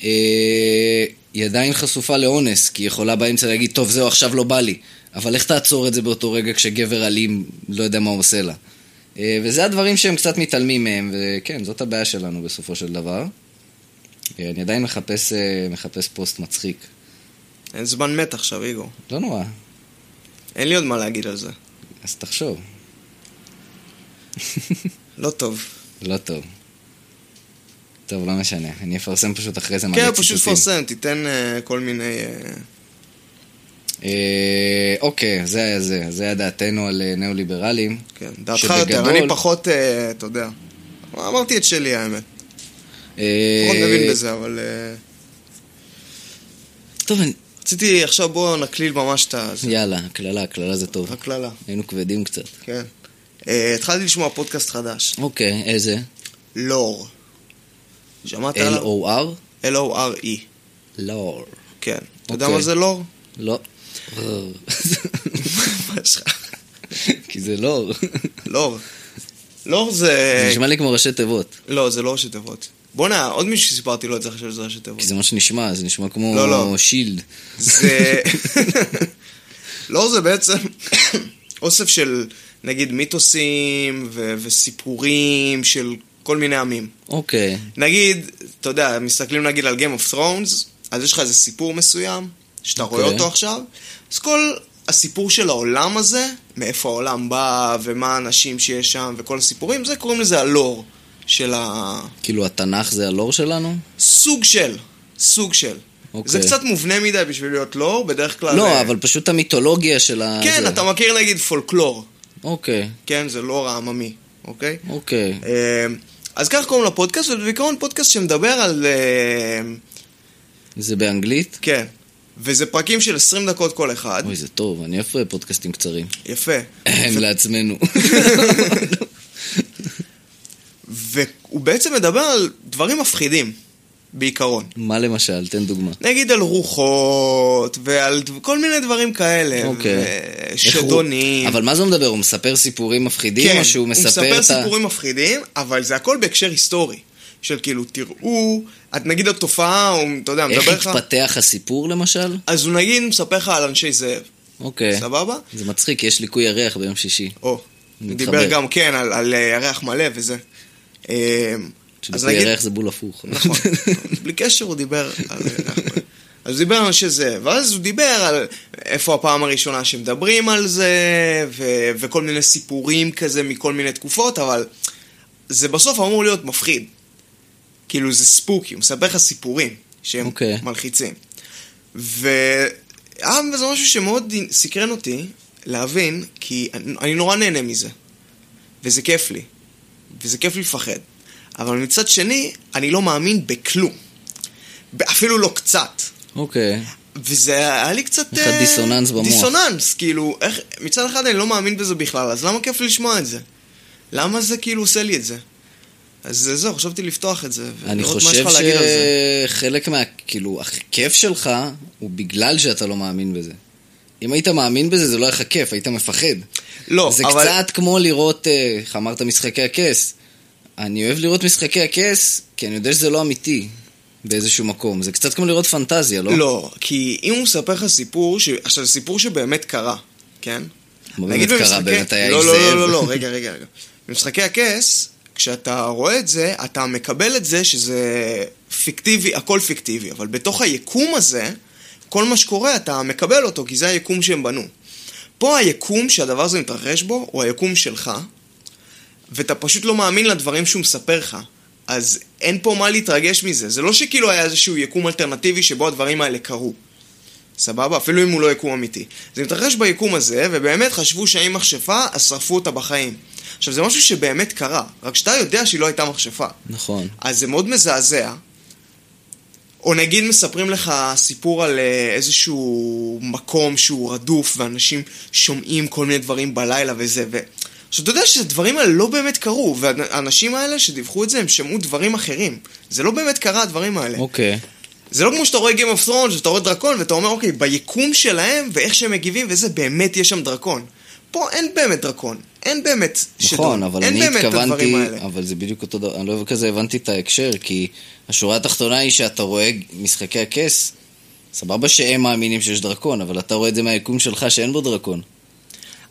[SPEAKER 1] אה, היא עדיין חשופה לאונס, כי היא יכולה באמצע להגיד, טוב, זהו, עכשיו לא בא לי. אבל איך תעצור את זה באותו רגע כשגבר אלים לא יודע מה הוא עושה לה? אה, וזה הדברים שהם קצת מתעלמים מהם, וכן, זאת הבעיה שלנו בסופו של דבר. אה, אני עדיין מחפש, אה, מחפש פוסט מצחיק.
[SPEAKER 2] אין זמן מת עכשיו, איגו.
[SPEAKER 1] לא נורא,
[SPEAKER 2] אין לי עוד מה להגיד על זה.
[SPEAKER 1] אז תחשוב.
[SPEAKER 2] לא טוב.
[SPEAKER 1] לא טוב. טוב, לא משנה. אני אפרסם פשוט אחרי זה מלא
[SPEAKER 2] כן,
[SPEAKER 1] ציטוטים.
[SPEAKER 2] פשוט פרסם, תיתן אה, כל מיני... אה,
[SPEAKER 1] אה, אוקיי, זה היה זה. זה היה דעתנו על אה, ניאו-ליברלים.
[SPEAKER 2] כן, דעתך יותר. אני פחות, אה, אתה יודע. אמרתי את שלי, האמת.
[SPEAKER 1] אה,
[SPEAKER 2] פחות מבין בזה, אבל... אה,
[SPEAKER 1] טוב, אני-
[SPEAKER 2] רציתי, עכשיו בוא נקליל ממש את ה... זה,
[SPEAKER 1] יאללה, הקללה, הקללה זה טוב.
[SPEAKER 2] הקללה,
[SPEAKER 1] היינו כבדים קצת.
[SPEAKER 2] כן. אה, התחלתי לשמוע פודקאסט חדש.
[SPEAKER 1] אוקיי, איזה?
[SPEAKER 2] לור. שמעת עליו?
[SPEAKER 1] L-O-R?
[SPEAKER 2] L-O-R-E.
[SPEAKER 1] לור.
[SPEAKER 2] כן. אתה יודע
[SPEAKER 1] אוקיי.
[SPEAKER 2] מה זה לור?
[SPEAKER 1] לא.
[SPEAKER 2] מה יש לך?
[SPEAKER 1] כי זה לא. לור.
[SPEAKER 2] לור. לור זה...
[SPEAKER 1] זה נשמע לי כמו ראשי תיבות.
[SPEAKER 2] לא, זה לא ראשי תיבות. בואנה, עוד מישהו שסיפרתי לו את זה עכשיו שזה ראשי תיבות.
[SPEAKER 1] כי זה מה שנשמע, זה נשמע כמו
[SPEAKER 2] לא, לא.
[SPEAKER 1] שילד.
[SPEAKER 2] זה... לור זה בעצם אוסף של, נגיד, מיתוסים ו- וסיפורים של כל מיני עמים.
[SPEAKER 1] אוקיי.
[SPEAKER 2] נגיד, אתה יודע, מסתכלים נגיד על Game of Thrones, אז יש לך איזה סיפור מסוים, שאתה okay. רואה
[SPEAKER 1] אוקיי.
[SPEAKER 2] אותו עכשיו, אז כל הסיפור של העולם הזה, מאיפה העולם בא, ומה האנשים שיש שם, וכל הסיפורים, זה קוראים לזה הלור של ה...
[SPEAKER 1] כאילו התנ"ך זה הלור שלנו?
[SPEAKER 2] סוג של, סוג של. Okay.
[SPEAKER 1] אוקיי.
[SPEAKER 2] זה קצת מובנה מדי בשביל להיות לור, בדרך כלל...
[SPEAKER 1] לא,
[SPEAKER 2] אה,
[SPEAKER 1] אבל פשוט המיתולוגיה של ה...
[SPEAKER 2] כן,
[SPEAKER 1] זה.
[SPEAKER 2] אתה מכיר נגיד פולקלור,
[SPEAKER 1] אוקיי,
[SPEAKER 2] כן? זה לור העממי, אוקיי?
[SPEAKER 1] אוקיי.
[SPEAKER 2] אה, אז כך קוראים לפודקאסט, ובעיקרון פודקאסט שמדבר על... אה,
[SPEAKER 1] זה באנגלית?
[SPEAKER 2] כן. וזה פרקים של 20 דקות כל אחד.
[SPEAKER 1] אוי, זה טוב, אני אוהב אה, פודקאסטים קצרים.
[SPEAKER 2] יפה.
[SPEAKER 1] הם לעצמנו.
[SPEAKER 2] והוא בעצם מדבר על דברים מפחידים, בעיקרון.
[SPEAKER 1] מה למשל? תן דוגמה.
[SPEAKER 2] נגיד על רוחות, ועל ד- כל מיני דברים כאלה.
[SPEAKER 1] אוקיי.
[SPEAKER 2] ו-
[SPEAKER 1] איך הוא-
[SPEAKER 2] שדונים. כן.
[SPEAKER 1] אבל מה זה הוא מדבר? הוא מספר סיפורים מפחידים? או שהוא מספר
[SPEAKER 2] הוא מספר
[SPEAKER 1] את ה...
[SPEAKER 2] סיפורים מפחידים, אבל זה הכל בהקשר היסטורי. של כאילו, תראו, את נגיד התופעה, הוא, אתה יודע,
[SPEAKER 1] איך
[SPEAKER 2] מדבר לך...
[SPEAKER 1] התפתח הסיפור למשל?
[SPEAKER 2] אז הוא נגיד מספר לך על אנשי זאב,
[SPEAKER 1] אוקיי.
[SPEAKER 2] סבבה?
[SPEAKER 1] זה מצחיק, יש ליקוי ירח ביום שישי.
[SPEAKER 2] או,
[SPEAKER 1] מתחבר.
[SPEAKER 2] דיבר גם, כן, על- על אה, ירח מלא וזה. אה, אז
[SPEAKER 1] שליקוי
[SPEAKER 2] נגיד,
[SPEAKER 1] ירח זה בול הפוך.
[SPEAKER 2] נכון. בלי קשר הוא דיבר על... אז הוא דיבר על אנשי זה, ואז הוא דיבר על איפה הפעם הראשונה שמדברים על זה, ו- וכל מיני סיפורים כזה מכל מיני תקופות, אבל זה בסוף אמור להיות מפחיד. כאילו זה ספוקי, הוא מספר לך סיפורים שהם
[SPEAKER 1] אוקיי.
[SPEAKER 2] מלחיצים. ואז זה משהו שמאוד סקרן אותי להבין, כי אני, אני נורא נהנה מזה, וזה כיף לי. וזה כיף לי לפחד. אבל מצד שני, אני לא מאמין בכלום. אפילו לא קצת.
[SPEAKER 1] אוקיי.
[SPEAKER 2] וזה היה לי קצת...
[SPEAKER 1] לך
[SPEAKER 2] אה,
[SPEAKER 1] דיסוננס במוח.
[SPEAKER 2] דיסוננס, כאילו, איך... מצד אחד אני לא מאמין בזה בכלל, אז למה כיף לי לשמוע את זה? למה זה כאילו עושה לי את זה? אז זה- זהו, חשבתי לפתוח את זה.
[SPEAKER 1] אני
[SPEAKER 2] ולראות מה יש
[SPEAKER 1] חושב
[SPEAKER 2] לך להגיד על זה.
[SPEAKER 1] שחלק מה... כאילו, הכיף שלך הוא בגלל שאתה לא מאמין בזה. אם היית מאמין בזה, זה לא היה לך כיף, היית מפחד.
[SPEAKER 2] לא,
[SPEAKER 1] זה
[SPEAKER 2] אבל...
[SPEAKER 1] קצת כמו לראות, אה, איך אמרת, משחקי הכס. אני אוהב לראות משחקי הכס, כי אני יודע שזה לא אמיתי באיזשהו מקום. זה קצת כמו לראות פנטזיה, לא?
[SPEAKER 2] לא, כי אם הוא מספר לך סיפור, ש... עכשיו, זה סיפור שבאמת קרה, כן?
[SPEAKER 1] מה באמת קרה? באמת היה
[SPEAKER 2] לא,
[SPEAKER 1] איש
[SPEAKER 2] לא,
[SPEAKER 1] זאב?
[SPEAKER 2] לא, לא, לא, רגע, רגע, רגע. במשחקי הכס, כשאתה רואה את זה, אתה מקבל את זה שזה פיקטיבי, הכל פיקטיבי, אבל בתוך היקום הזה, כל מה שקורה, אתה מקבל אותו, כי זה היקום שהם בנו. פה היקום שהדבר הזה מתרחש בו, הוא היקום שלך, ואתה פשוט לא מאמין לדברים שהוא מספר לך. אז אין פה מה להתרגש מזה. זה לא שכאילו היה איזשהו יקום אלטרנטיבי שבו הדברים האלה קרו. סבבה? אפילו אם הוא לא יקום אמיתי. זה מתרחש ביקום הזה, ובאמת חשבו שהאם מכשפה, אז שרפו אותה בחיים. עכשיו, זה משהו שבאמת קרה, רק שאתה יודע שהיא לא הייתה מכשפה.
[SPEAKER 1] נכון.
[SPEAKER 2] אז זה מאוד מזעזע. או נגיד מספרים לך סיפור על אה, איזשהו מקום שהוא רדוף ואנשים שומעים כל מיני דברים בלילה וזה ו... עכשיו אתה יודע שהדברים האלה לא באמת קרו והאנשים האלה שדיווחו את זה הם שמעו דברים אחרים זה לא באמת קרה הדברים האלה
[SPEAKER 1] אוקיי.
[SPEAKER 2] זה לא כמו שאתה רואה Game of Thrones שאתה רואה דרקון ואתה אומר אוקיי ביקום שלהם ואיך שהם מגיבים וזה באמת יש שם דרקון פה אין באמת דרקון אין באמת שידור.
[SPEAKER 1] נכון, אבל
[SPEAKER 2] אין
[SPEAKER 1] אני
[SPEAKER 2] באמת את הדברים
[SPEAKER 1] התכוונתי,
[SPEAKER 2] האלה.
[SPEAKER 1] אבל זה בדיוק אותו דבר, אני לא כזה הבנתי את ההקשר, כי השורה התחתונה היא שאתה רואה משחקי הכס, סבבה שהם מאמינים שיש דרקון, אבל אתה רואה את זה מהיקום שלך שאין בו דרקון.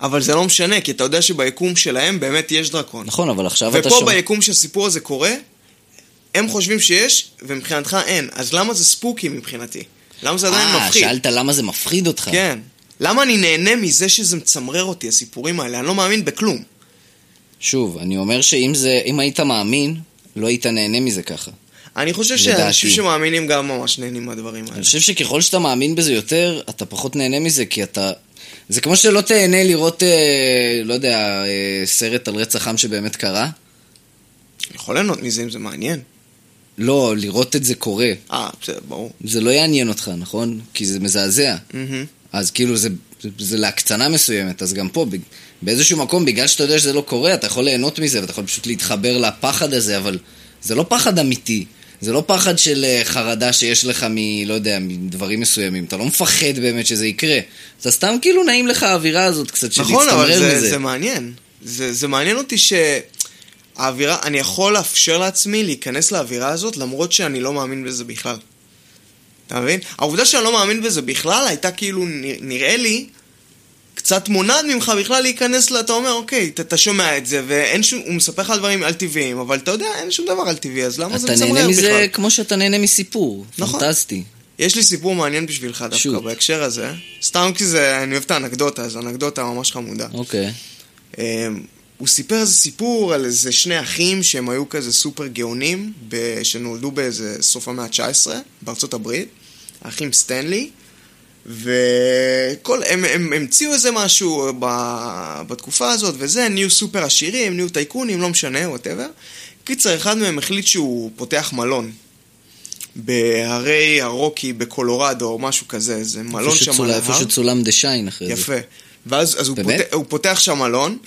[SPEAKER 2] אבל זה לא משנה, כי אתה יודע שביקום שלהם באמת יש דרקון.
[SPEAKER 1] נכון, אבל עכשיו אתה
[SPEAKER 2] ופה
[SPEAKER 1] שומע...
[SPEAKER 2] ביקום שהסיפור הזה קורה, הם חושבים שיש, ומבחינתך אין. אז למה זה ספוקי מבחינתי? למה זה עדיין
[SPEAKER 1] אה,
[SPEAKER 2] מפחיד?
[SPEAKER 1] שאלת למה זה מפחיד אותך.
[SPEAKER 2] כן. למה אני נהנה מזה שזה מצמרר אותי, הסיפורים האלה? אני לא מאמין בכלום.
[SPEAKER 1] שוב, אני אומר שאם זה, אם היית מאמין, לא היית נהנה מזה ככה.
[SPEAKER 2] אני חושב
[SPEAKER 1] לדעתי.
[SPEAKER 2] שאנשים שמאמינים גם ממש נהנים מהדברים האלה.
[SPEAKER 1] אני חושב שככל שאתה מאמין בזה יותר, אתה פחות נהנה מזה, כי אתה... זה כמו שלא תהנה לראות, אה, לא יודע, אה, סרט על רצח עם שבאמת קרה.
[SPEAKER 2] אני יכול ליהנות מזה אם זה מעניין.
[SPEAKER 1] לא, לראות את זה קורה.
[SPEAKER 2] אה, בסדר, ברור.
[SPEAKER 1] זה לא יעניין אותך, נכון? כי זה מזעזע.
[SPEAKER 2] מהמם.
[SPEAKER 1] אז כאילו זה, זה, זה להקצנה מסוימת, אז גם פה, ב, באיזשהו מקום, בגלל שאתה יודע שזה לא קורה, אתה יכול ליהנות מזה, ואתה יכול פשוט להתחבר לפחד הזה, אבל זה לא פחד אמיתי. זה לא פחד של אה, חרדה שיש לך מ... לא יודע, מדברים מסוימים. אתה לא מפחד באמת שזה יקרה. אתה סתם כאילו נעים לך האווירה הזאת קצת, של
[SPEAKER 2] נכון, אבל
[SPEAKER 1] להצטמרר
[SPEAKER 2] זה,
[SPEAKER 1] מזה.
[SPEAKER 2] זה מעניין. זה, זה מעניין אותי שהאווירה, אני יכול לאפשר לעצמי להיכנס לאווירה הזאת למרות שאני לא מאמין בזה בכלל. אתה מבין? העובדה שאני לא מאמין בזה בכלל הייתה כאילו, נ- נראה לי, קצת מונעת ממך בכלל להיכנס ל... אתה אומר, אוקיי, אתה, אתה שומע את זה, ואין שום... הוא מספר לך דברים על טבעיים, אבל אתה יודע, אין שום דבר על טבעי, אז למה זה
[SPEAKER 1] אתה
[SPEAKER 2] לא מצמרר
[SPEAKER 1] נהנה
[SPEAKER 2] בכלל?
[SPEAKER 1] מזה כמו שאתה נהנה מסיפור.
[SPEAKER 2] נכון.
[SPEAKER 1] פנטסטי.
[SPEAKER 2] יש לי סיפור מעניין בשבילך דווקא
[SPEAKER 1] שוב.
[SPEAKER 2] בהקשר הזה. סתם כי זה, אני אוהב את האנקדוטה, אז אנקדוטה ממש חמודה.
[SPEAKER 1] אוקיי.
[SPEAKER 2] אמ, הוא סיפר איזה סיפור על איזה שני אחים שהם היו כזה סופר גאונים, ב... שנולדו באיזה סוף המאה ה-19 בארצות הברית, האחים סטנלי, וכל, הם, הם המציאו איזה משהו ב... בתקופה הזאת וזה, הם נהיו סופר עשירים, נהיו טייקונים, לא משנה, וואטאבר. קיצר, אחד מהם החליט שהוא פותח מלון. בהרי הרוקי בקולורדו, או משהו כזה, איזה מלון
[SPEAKER 1] איפה
[SPEAKER 2] שם
[SPEAKER 1] שצול-
[SPEAKER 2] על
[SPEAKER 1] איפה
[SPEAKER 2] ההר.
[SPEAKER 1] שצולם דה שיין אחרי זה.
[SPEAKER 2] יפה. ואז אז הוא,
[SPEAKER 1] באמת?
[SPEAKER 2] פותח, הוא פותח שם מלון,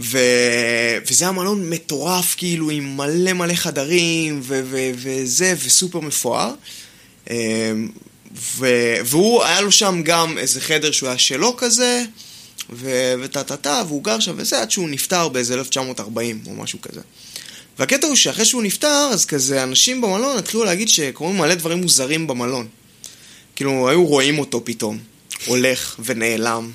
[SPEAKER 2] ו... וזה היה מלון מטורף, כאילו, עם מלא מלא חדרים, ו... ו... וזה, וסופר מפואר. אמ, ו... והוא, היה לו שם גם איזה חדר שהוא היה שלו כזה, ו... וטה טה טה, והוא גר שם וזה, עד שהוא נפטר באיזה 1940 או משהו כזה. והקטע הוא שאחרי שהוא נפטר, אז כזה אנשים במלון התחילו להגיד שקורים מלא דברים מוזרים במלון. כאילו, היו רואים אותו פתאום, הולך ונעלם.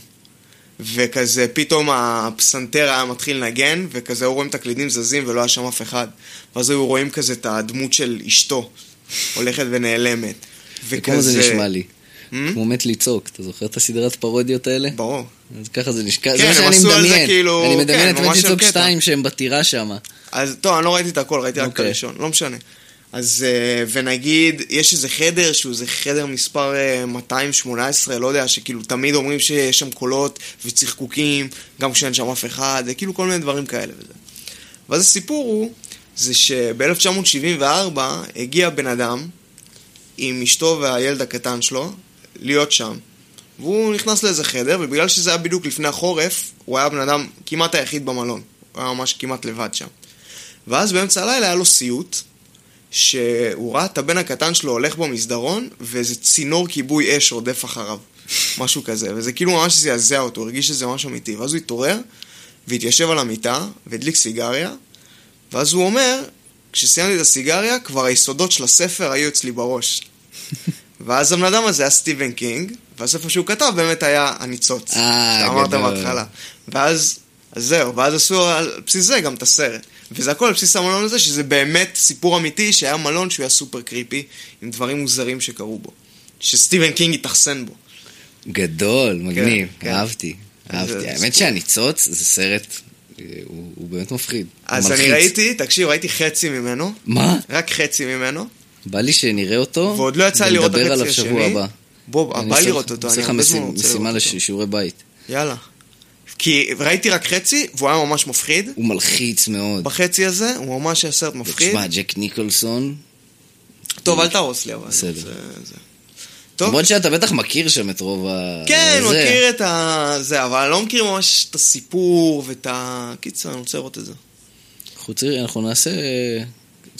[SPEAKER 2] וכזה, פתאום הפסנתר היה מתחיל לנגן, וכזה היו רואים תקלידים זזים ולא היה שם אף אחד. ואז היו רואים כזה את הדמות של אשתו, הולכת ונעלמת.
[SPEAKER 1] וכמה זה נשמע לי.
[SPEAKER 2] Hmm?
[SPEAKER 1] כמו מת לצעוק, אתה זוכר את הסדרת פרודיות האלה?
[SPEAKER 2] ברור.
[SPEAKER 1] אז ככה זה נשכח,
[SPEAKER 2] כן,
[SPEAKER 1] זה מה
[SPEAKER 2] הם
[SPEAKER 1] שאני
[SPEAKER 2] עשו על זה
[SPEAKER 1] מדמיין.
[SPEAKER 2] כאילו-
[SPEAKER 1] אני מדמיין
[SPEAKER 2] כן,
[SPEAKER 1] את
[SPEAKER 2] ממש
[SPEAKER 1] מת לצעוק
[SPEAKER 2] על קטע.
[SPEAKER 1] 2 שהם בטירה שם.
[SPEAKER 2] אז טוב, אני לא ראיתי את הכל, ראיתי רק את
[SPEAKER 1] אוקיי.
[SPEAKER 2] הראשון, לא משנה. אז אה, ונגיד, יש איזה חדר שהוא איזה חדר מספר אה, 218, לא יודע, שכאילו תמיד אומרים שיש שם קולות וצחקוקים, גם כשאין שם אף אחד, זה כאילו כל מיני דברים כאלה וזה. ואז הסיפור הוא, זה שב-1974 הגיע בן אדם עם אשתו והילד הקטן שלו להיות שם. והוא נכנס לאיזה חדר, ובגלל שזה היה בדיוק לפני החורף, הוא היה הבן אדם כמעט היחיד במלון. הוא היה ממש כמעט לבד שם. ואז באמצע הלילה היה לו סיוט, שהוא ראה את הבן הקטן שלו הולך במסדרון, ואיזה צינור כיבוי אש רודף אחריו. משהו כזה. וזה כאילו ממש זעזע אותו, הוא הרגיש שזה ממש אמיתי. ואז הוא התעורר, והתיישב על המיטה, והדליק סיגריה, ואז הוא אומר, כשסיימתי את הסיגריה, כבר היסודות של הספר היו אצלי בראש. ואז הבן אדם הזה היה סטיבן קינג, והספר שהוא כתב באמת היה הניצוץ.
[SPEAKER 1] אה,
[SPEAKER 2] שאמרת
[SPEAKER 1] גדול.
[SPEAKER 2] בהתחלה. ואז, אז זהו, ואז עשו על בסיס זה גם את הסרט. וזה הכל על בסיס המלון הזה, שזה באמת סיפור אמיתי, שהיה מלון שהוא היה סופר קריפי, עם דברים מוזרים שקרו בו. שסטיבן קינג התאכסן בו.
[SPEAKER 1] גדול, מגניב,
[SPEAKER 2] כן.
[SPEAKER 1] אהבתי. אהבתי.
[SPEAKER 2] זה
[SPEAKER 1] האמת
[SPEAKER 2] סיפור.
[SPEAKER 1] שהניצוץ זה סרט, אה, הוא הוא באמת מפחיד.
[SPEAKER 2] אז
[SPEAKER 1] הוא
[SPEAKER 2] אני
[SPEAKER 1] מלחיץ.
[SPEAKER 2] ראיתי, תקשיב, ראיתי חצי ממנו,
[SPEAKER 1] מה?
[SPEAKER 2] רק חצי ממנו,
[SPEAKER 1] בא לי שנראה אותו,
[SPEAKER 2] ועוד לא יצא לי לראות את
[SPEAKER 1] ונדבר עליו
[SPEAKER 2] החצי
[SPEAKER 1] שבוע
[SPEAKER 2] השני.
[SPEAKER 1] הבא.
[SPEAKER 2] בוא,
[SPEAKER 1] אני
[SPEAKER 2] בא
[SPEAKER 1] עושה
[SPEAKER 2] לראות
[SPEAKER 1] לך-
[SPEAKER 2] אותו,
[SPEAKER 1] עושה
[SPEAKER 2] אני
[SPEAKER 1] לך
[SPEAKER 2] הרבה זמן
[SPEAKER 1] משימה-
[SPEAKER 2] רוצה
[SPEAKER 1] משימה
[SPEAKER 2] לראות אותו.
[SPEAKER 1] לשיעורי בית.
[SPEAKER 2] יאללה. כי ראיתי רק חצי, והוא היה ממש מפחיד.
[SPEAKER 1] הוא מלחיץ מאוד.
[SPEAKER 2] בחצי הזה, הוא ממש היה סרט מפחיד.
[SPEAKER 1] תשמע, ג'ק ניקולסון,
[SPEAKER 2] טוב, אל תהרוס לי, אבל.
[SPEAKER 1] בסדר.
[SPEAKER 2] זה- זה- טוב.
[SPEAKER 1] למרות שאתה בטח מכיר שם את רוב ה...
[SPEAKER 2] כן,
[SPEAKER 1] זה.
[SPEAKER 2] מכיר את ה... זה, אבל אני לא מכיר ממש את הסיפור ואת ה... קיצר, אני רוצה לראות את זה.
[SPEAKER 1] אנחנו צריכים- אנחנו נעשה אה,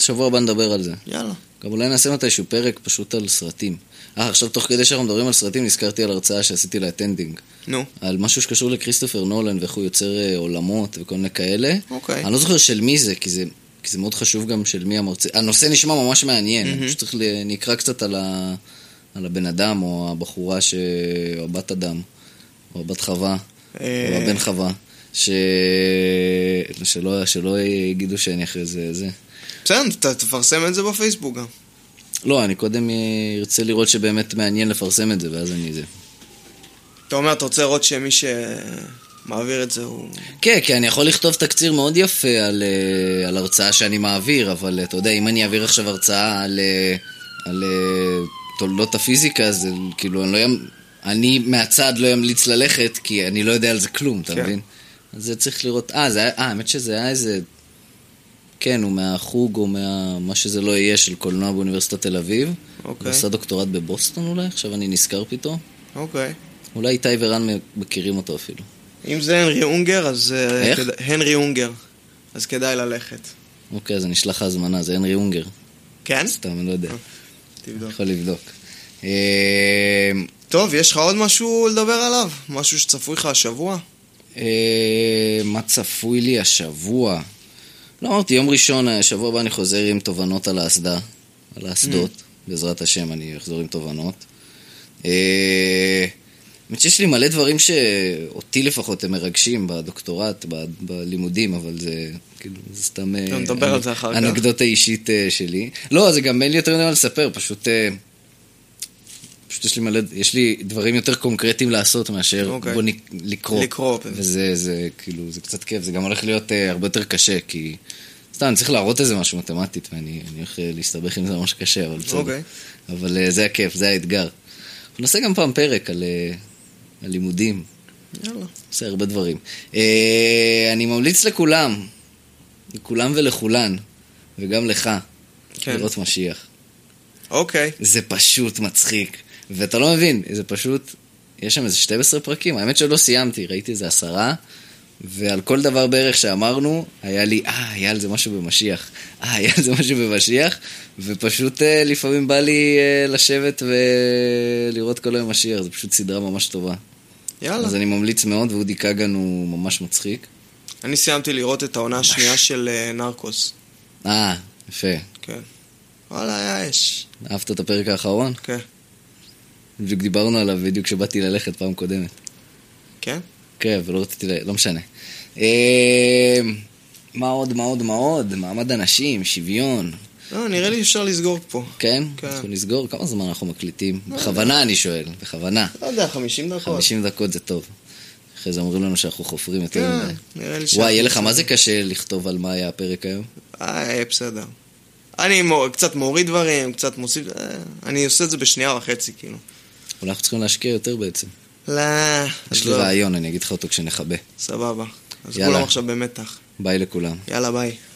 [SPEAKER 1] שבוע הבא נדבר על זה.
[SPEAKER 2] יאללה.
[SPEAKER 1] גם אולי נעשה מתישהו פרק פשוט על סרטים. אה, עכשיו תוך כדי שאנחנו מדברים על סרטים, נזכרתי על הרצאה שעשיתי לאטנדינג.
[SPEAKER 2] נו.
[SPEAKER 1] על משהו שקשור לכריסטופר נולן ואיך הוא יוצר אה, עולמות וכל מיני כאלה.
[SPEAKER 2] אוקיי.
[SPEAKER 1] אני לא זוכר של מי זה, כי זה, כי זה מאוד חשוב גם של מי המרצה. הנושא נשמע ממש מעניין, אני פשוט צריך ל- אני אקרא קצת על, ה... על הבן אדם, או הבחורה, ש... או הבת אדם, או הבת חווה, או
[SPEAKER 2] אה.
[SPEAKER 1] הבן חווה, ש... שלא, שלא יגידו שאני אחרי זה זה.
[SPEAKER 2] בסדר, ת- תפרסם את זה בפייסבוק גם.
[SPEAKER 1] לא, אני קודם אה, ארצה לראות שבאמת מעניין לפרסם את זה, ואז אני זה.
[SPEAKER 2] אתה אומר, אתה רוצה לראות שמי שמעביר את זה הוא...
[SPEAKER 1] כן, כי אני יכול לכתוב תקציר מאוד יפה על, אה, על הרצאה שאני מעביר, אבל אה, אתה יודע, אם אני אעביר עכשיו הרצאה על, אה, על אה, תולדות הפיזיקה, אז אה, כאילו, אני, לא ימ... אני מהצד לא אמליץ ללכת, כי אני לא יודע על זה כלום, אתה
[SPEAKER 2] כן.
[SPEAKER 1] מבין? אז זה צריך לראות... אה, זה היה- אה, האמת שזה היה איזה... כן, הוא מהחוג או מה... מה שזה לא יהיה של קולנוע באוניברסיטת תל אביב.
[SPEAKER 2] אוקיי.
[SPEAKER 1] הוא עשה דוקטורט בבוסטון אולי, עכשיו אני נזכר פתאום.
[SPEAKER 2] אוקיי.
[SPEAKER 1] אולי איתי ורן מכירים אותו אפילו.
[SPEAKER 2] אם זה הנרי אונגר, אז... אה,
[SPEAKER 1] איך?
[SPEAKER 2] כדא- הנרי אונגר. אז כדאי ללכת.
[SPEAKER 1] אוקיי, אז אני אשלח לך הזמנה, זה הנרי אונגר.
[SPEAKER 2] כן?
[SPEAKER 1] סתם, אני לא יודע.
[SPEAKER 2] תבדוק.
[SPEAKER 1] יכול לבדוק. אה,
[SPEAKER 2] טוב, יש לך עוד משהו לדבר עליו? משהו שצפוי לך השבוע?
[SPEAKER 1] אה, מה צפוי לי השבוע? לא אמרתי, יום ראשון, השבוע הבא אני חוזר עם תובנות על האסדה, על האסדות,
[SPEAKER 2] Mm.
[SPEAKER 1] בעזרת השם אני אחזור עם תובנות. אה, האמת שיש לי מלא דברים שאותי לפחות הם מרגשים בדוקטורט, ב- בלימודים, אבל זה כאילו, זה סתם... אה,
[SPEAKER 2] טוב, נדבר על זה אחר כך.
[SPEAKER 1] אנקדוטה אישית אה, שלי. לא, זה גם אין לי יותר מדי מה לספר, פשוט... אה, פשוט יש לי מלא, יש לי דברים יותר קונקרטיים לעשות מאשר
[SPEAKER 2] אוקיי.
[SPEAKER 1] בוא נק- לקרוא.
[SPEAKER 2] לקרוא. כן.
[SPEAKER 1] וזה זה, כאילו, זה קצת כיף, זה גם הולך להיות אה, הרבה יותר קשה, כי... סתם, אני צריך להראות איזה משהו מתמטית, ואני אני הולך אה, להסתבך עם זה ממש קשה, אבל בסדר.
[SPEAKER 2] אוקיי.
[SPEAKER 1] אבל אה, זה הכיף, זה האתגר. נעשה גם פעם פרק על, אה, על לימודים,
[SPEAKER 2] יאללה.
[SPEAKER 1] עושה הרבה דברים. אה, אני ממליץ לכולם, לכולם ולכולן, וגם לך,
[SPEAKER 2] כן.
[SPEAKER 1] לראות משיח.
[SPEAKER 2] אוקיי.
[SPEAKER 1] זה פשוט מצחיק. ואתה לא מבין, זה פשוט, יש שם איזה 12 פרקים, האמת שלא סיימתי, ראיתי איזה עשרה, ועל כל דבר בערך שאמרנו, היה לי, אה, היה על זה משהו במשיח, אה, היה על זה משהו במשיח, ופשוט אה, לפעמים בא לי אה, לשבת ולראות כל היום משיח, זו פשוט סדרה ממש טובה.
[SPEAKER 2] יאללה.
[SPEAKER 1] אז אני ממליץ מאוד, ואודי כגן הוא ממש מצחיק.
[SPEAKER 2] אני סיימתי לראות את העונה השנייה של אה, נרקוס.
[SPEAKER 1] אה, יפה.
[SPEAKER 2] כן. וואלה, היה אש.
[SPEAKER 1] אהבת את הפרק האחרון?
[SPEAKER 2] כן.
[SPEAKER 1] בדיוק דיברנו עליו בדיוק כשבאתי ללכת פעם קודמת.
[SPEAKER 2] כן?
[SPEAKER 1] כן, ולא רציתי ל... לא משנה. אה, מה עוד, מה עוד, מה עוד? מעמד הנשים, שוויון,
[SPEAKER 2] לא, נראה לי שאפשר לסגור פה.
[SPEAKER 1] כן?
[SPEAKER 2] כן.
[SPEAKER 1] אנחנו נסגור? כמה זמן אנחנו מקליטים? בכוונה אני שואל, בכוונה.
[SPEAKER 2] לא יודע, 50 דקות.
[SPEAKER 1] 50 דקות זה טוב. אחרי זה אומרים לנו שאנחנו חופרים יותר
[SPEAKER 2] כן,
[SPEAKER 1] מדי.
[SPEAKER 2] נראה לי
[SPEAKER 1] וואי, יהיה לך מה זה קשה לכתוב על מה היה הפרק היום?
[SPEAKER 2] אה, אה, בסדר. אני מור- קצת מוריד דברים, קצת מוסיף... אה, אני עושה את זה בשנייה וחצי, כאילו.
[SPEAKER 1] אולי אנחנו צריכים להשקיע יותר בעצם.
[SPEAKER 2] לא,
[SPEAKER 1] יש
[SPEAKER 2] אז
[SPEAKER 1] לי
[SPEAKER 2] לא.
[SPEAKER 1] רעיון, אני אגיד לך אותו כשנכבה.
[SPEAKER 2] סבבה. אז
[SPEAKER 1] יאללה.
[SPEAKER 2] כולם עכשיו במתח.
[SPEAKER 1] ביי לכולם.
[SPEAKER 2] יאללה, ביי.